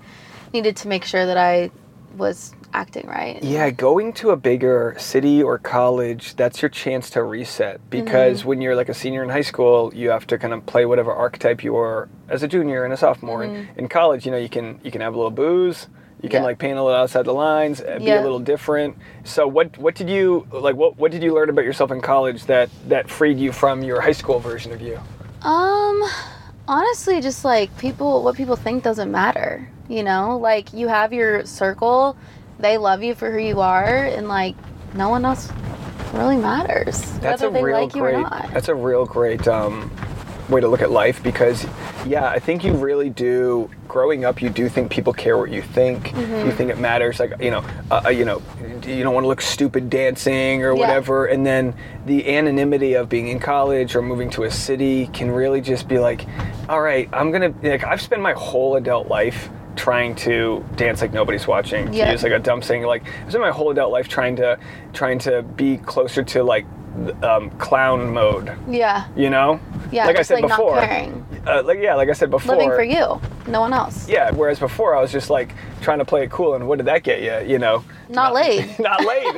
Speaker 2: needed to make sure that I was acting right.
Speaker 1: Yeah, going to a bigger city or college, that's your chance to reset because
Speaker 2: Mm-hmm.
Speaker 1: when you're like a senior in high school, you have to kind of play whatever archetype you are as a junior and a sophomore. And in college, you know, you can you can have a little booze, you can
Speaker 2: Mm-hmm. Yeah.
Speaker 1: like paint a little outside the lines, uh, be
Speaker 2: Yeah.
Speaker 1: a little different. So what what did you like what what did you learn about yourself in college that that freed you from your high school version of you?
Speaker 2: Um, honestly, just like people, what people think doesn't matter. You know, like you have your circle, they love you for who you are, and like no one else really matters
Speaker 1: that's
Speaker 2: whether
Speaker 1: a
Speaker 2: they
Speaker 1: real
Speaker 2: like you
Speaker 1: great
Speaker 2: or not.
Speaker 1: that's a real great um, way to look at life because yeah i think you really do growing up you do think people care what you think
Speaker 2: Mm-hmm.
Speaker 1: you think it matters like you know uh, uh, you know you don't want to look stupid dancing or
Speaker 2: Yeah.
Speaker 1: whatever and then the anonymity of being in college or moving to a city can really just be like all right i'm gonna like i've spent my whole adult life trying to dance like nobody's watching.
Speaker 2: Yeah.
Speaker 1: Yeah. Use like a dumb saying. Like I spent my whole adult life trying to trying to be closer to like th- um, clown mode.
Speaker 2: Yeah.
Speaker 1: You know.
Speaker 2: Yeah.
Speaker 1: Like I
Speaker 2: just
Speaker 1: said
Speaker 2: like
Speaker 1: before.
Speaker 2: not caring.
Speaker 1: Uh, like yeah, like I said before.
Speaker 2: Living for you, no one else.
Speaker 1: Yeah. Whereas before I was just like trying to play it cool, and what did that get you? You know.
Speaker 2: Not laid.
Speaker 1: not late.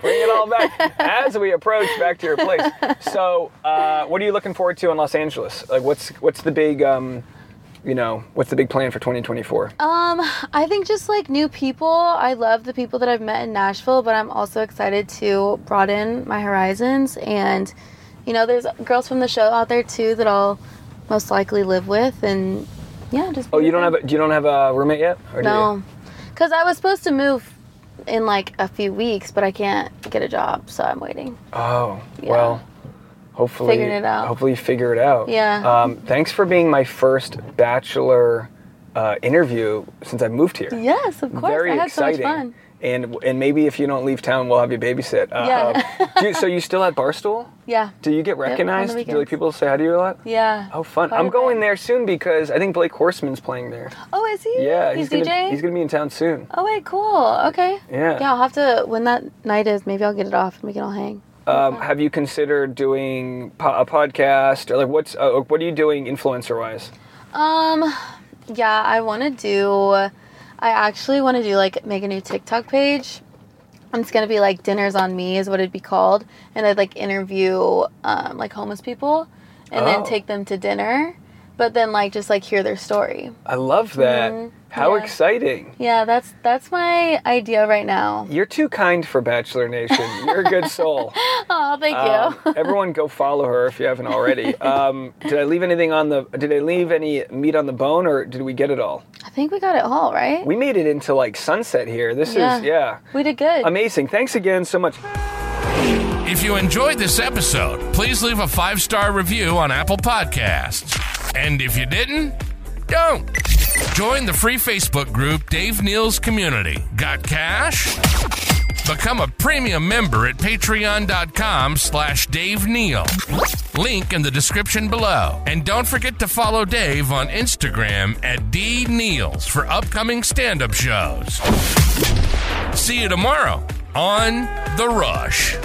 Speaker 1: Bring it all back as we approach back to your place. So, uh, what are you looking forward to in Los Angeles? Like, what's what's the big, um, you know, what's the big plan for 2024?
Speaker 2: Um, I think just like new people. I love the people that I've met in Nashville, but I'm also excited to broaden my horizons. And, you know, there's girls from the show out there too that I'll most likely live with. And yeah, just. be
Speaker 1: oh, you
Speaker 2: with
Speaker 1: don't
Speaker 2: them.
Speaker 1: have a, you don't have a roommate yet? Or do
Speaker 2: No,
Speaker 1: you?
Speaker 2: because I was supposed to move in like a few weeks, but I can't get a job, so I'm waiting.
Speaker 1: Oh,
Speaker 2: Yeah.
Speaker 1: well. Hopefully,
Speaker 2: Figuring it out.
Speaker 1: hopefully you figure it out.
Speaker 2: Yeah.
Speaker 1: Um, thanks for being my first bachelor uh, interview since I moved here.
Speaker 2: Yes, of course.
Speaker 1: Very
Speaker 2: I had
Speaker 1: exciting.
Speaker 2: so much fun.
Speaker 1: And and maybe if you don't leave town, we'll have you babysit. Uh,
Speaker 2: Yeah.
Speaker 1: do you- so you still at Barstool?
Speaker 2: Yeah.
Speaker 1: Do you get
Speaker 2: on the
Speaker 1: recognized? Do like
Speaker 2: weekends.
Speaker 1: people say hi to you a lot?
Speaker 2: Yeah.
Speaker 1: Oh, fun!
Speaker 2: Quite
Speaker 1: I'm
Speaker 2: a
Speaker 1: going
Speaker 2: bit.
Speaker 1: there soon because I think Blake Horseman's playing there.
Speaker 2: Oh, is he?
Speaker 1: Yeah,
Speaker 2: He's,
Speaker 1: gonna
Speaker 2: DJing.
Speaker 1: he's gonna be in town soon.
Speaker 2: Oh wait, cool. Okay.
Speaker 1: Yeah.
Speaker 2: Yeah, I'll have to when that night is. Maybe I'll get it off and we can all hang.
Speaker 1: Um, have you considered doing po- a podcast or like what's uh, what are you doing influencer wise?
Speaker 2: Um, yeah, I want to do. I actually want to do like make a new TikTok page. And it's gonna be like dinners on me is what it'd be called, and I'd like interview um, like homeless people, and
Speaker 1: Oh.
Speaker 2: then take them to dinner, but then like just like hear their story.
Speaker 1: I love that. How
Speaker 2: Mm, yeah.
Speaker 1: exciting!
Speaker 2: Yeah, that's that's my idea right now.
Speaker 1: You're too kind for Bachelor Nation. You're a good soul.
Speaker 2: Oh, thank
Speaker 1: Um,
Speaker 2: you.
Speaker 1: everyone, go follow her if you haven't already. Um, did I leave anything on the? Did I leave any meat on the bone, or did we get it all?
Speaker 2: I think we got it all right.
Speaker 1: We made it into like sunset here. This
Speaker 2: Yeah.
Speaker 1: is yeah.
Speaker 2: we did good.
Speaker 1: Amazing. Thanks again so much.
Speaker 4: If you enjoyed this episode, please leave a five star review on Apple Podcasts. And if you didn't, don't. Join the free Facebook group Dave Neal's Community. Got cash? Become a premium member at patreon.com slash Dave Neal. Link in the description below. And don't forget to follow Dave on Instagram at D Neals for upcoming stand up shows. See you tomorrow on The Rush.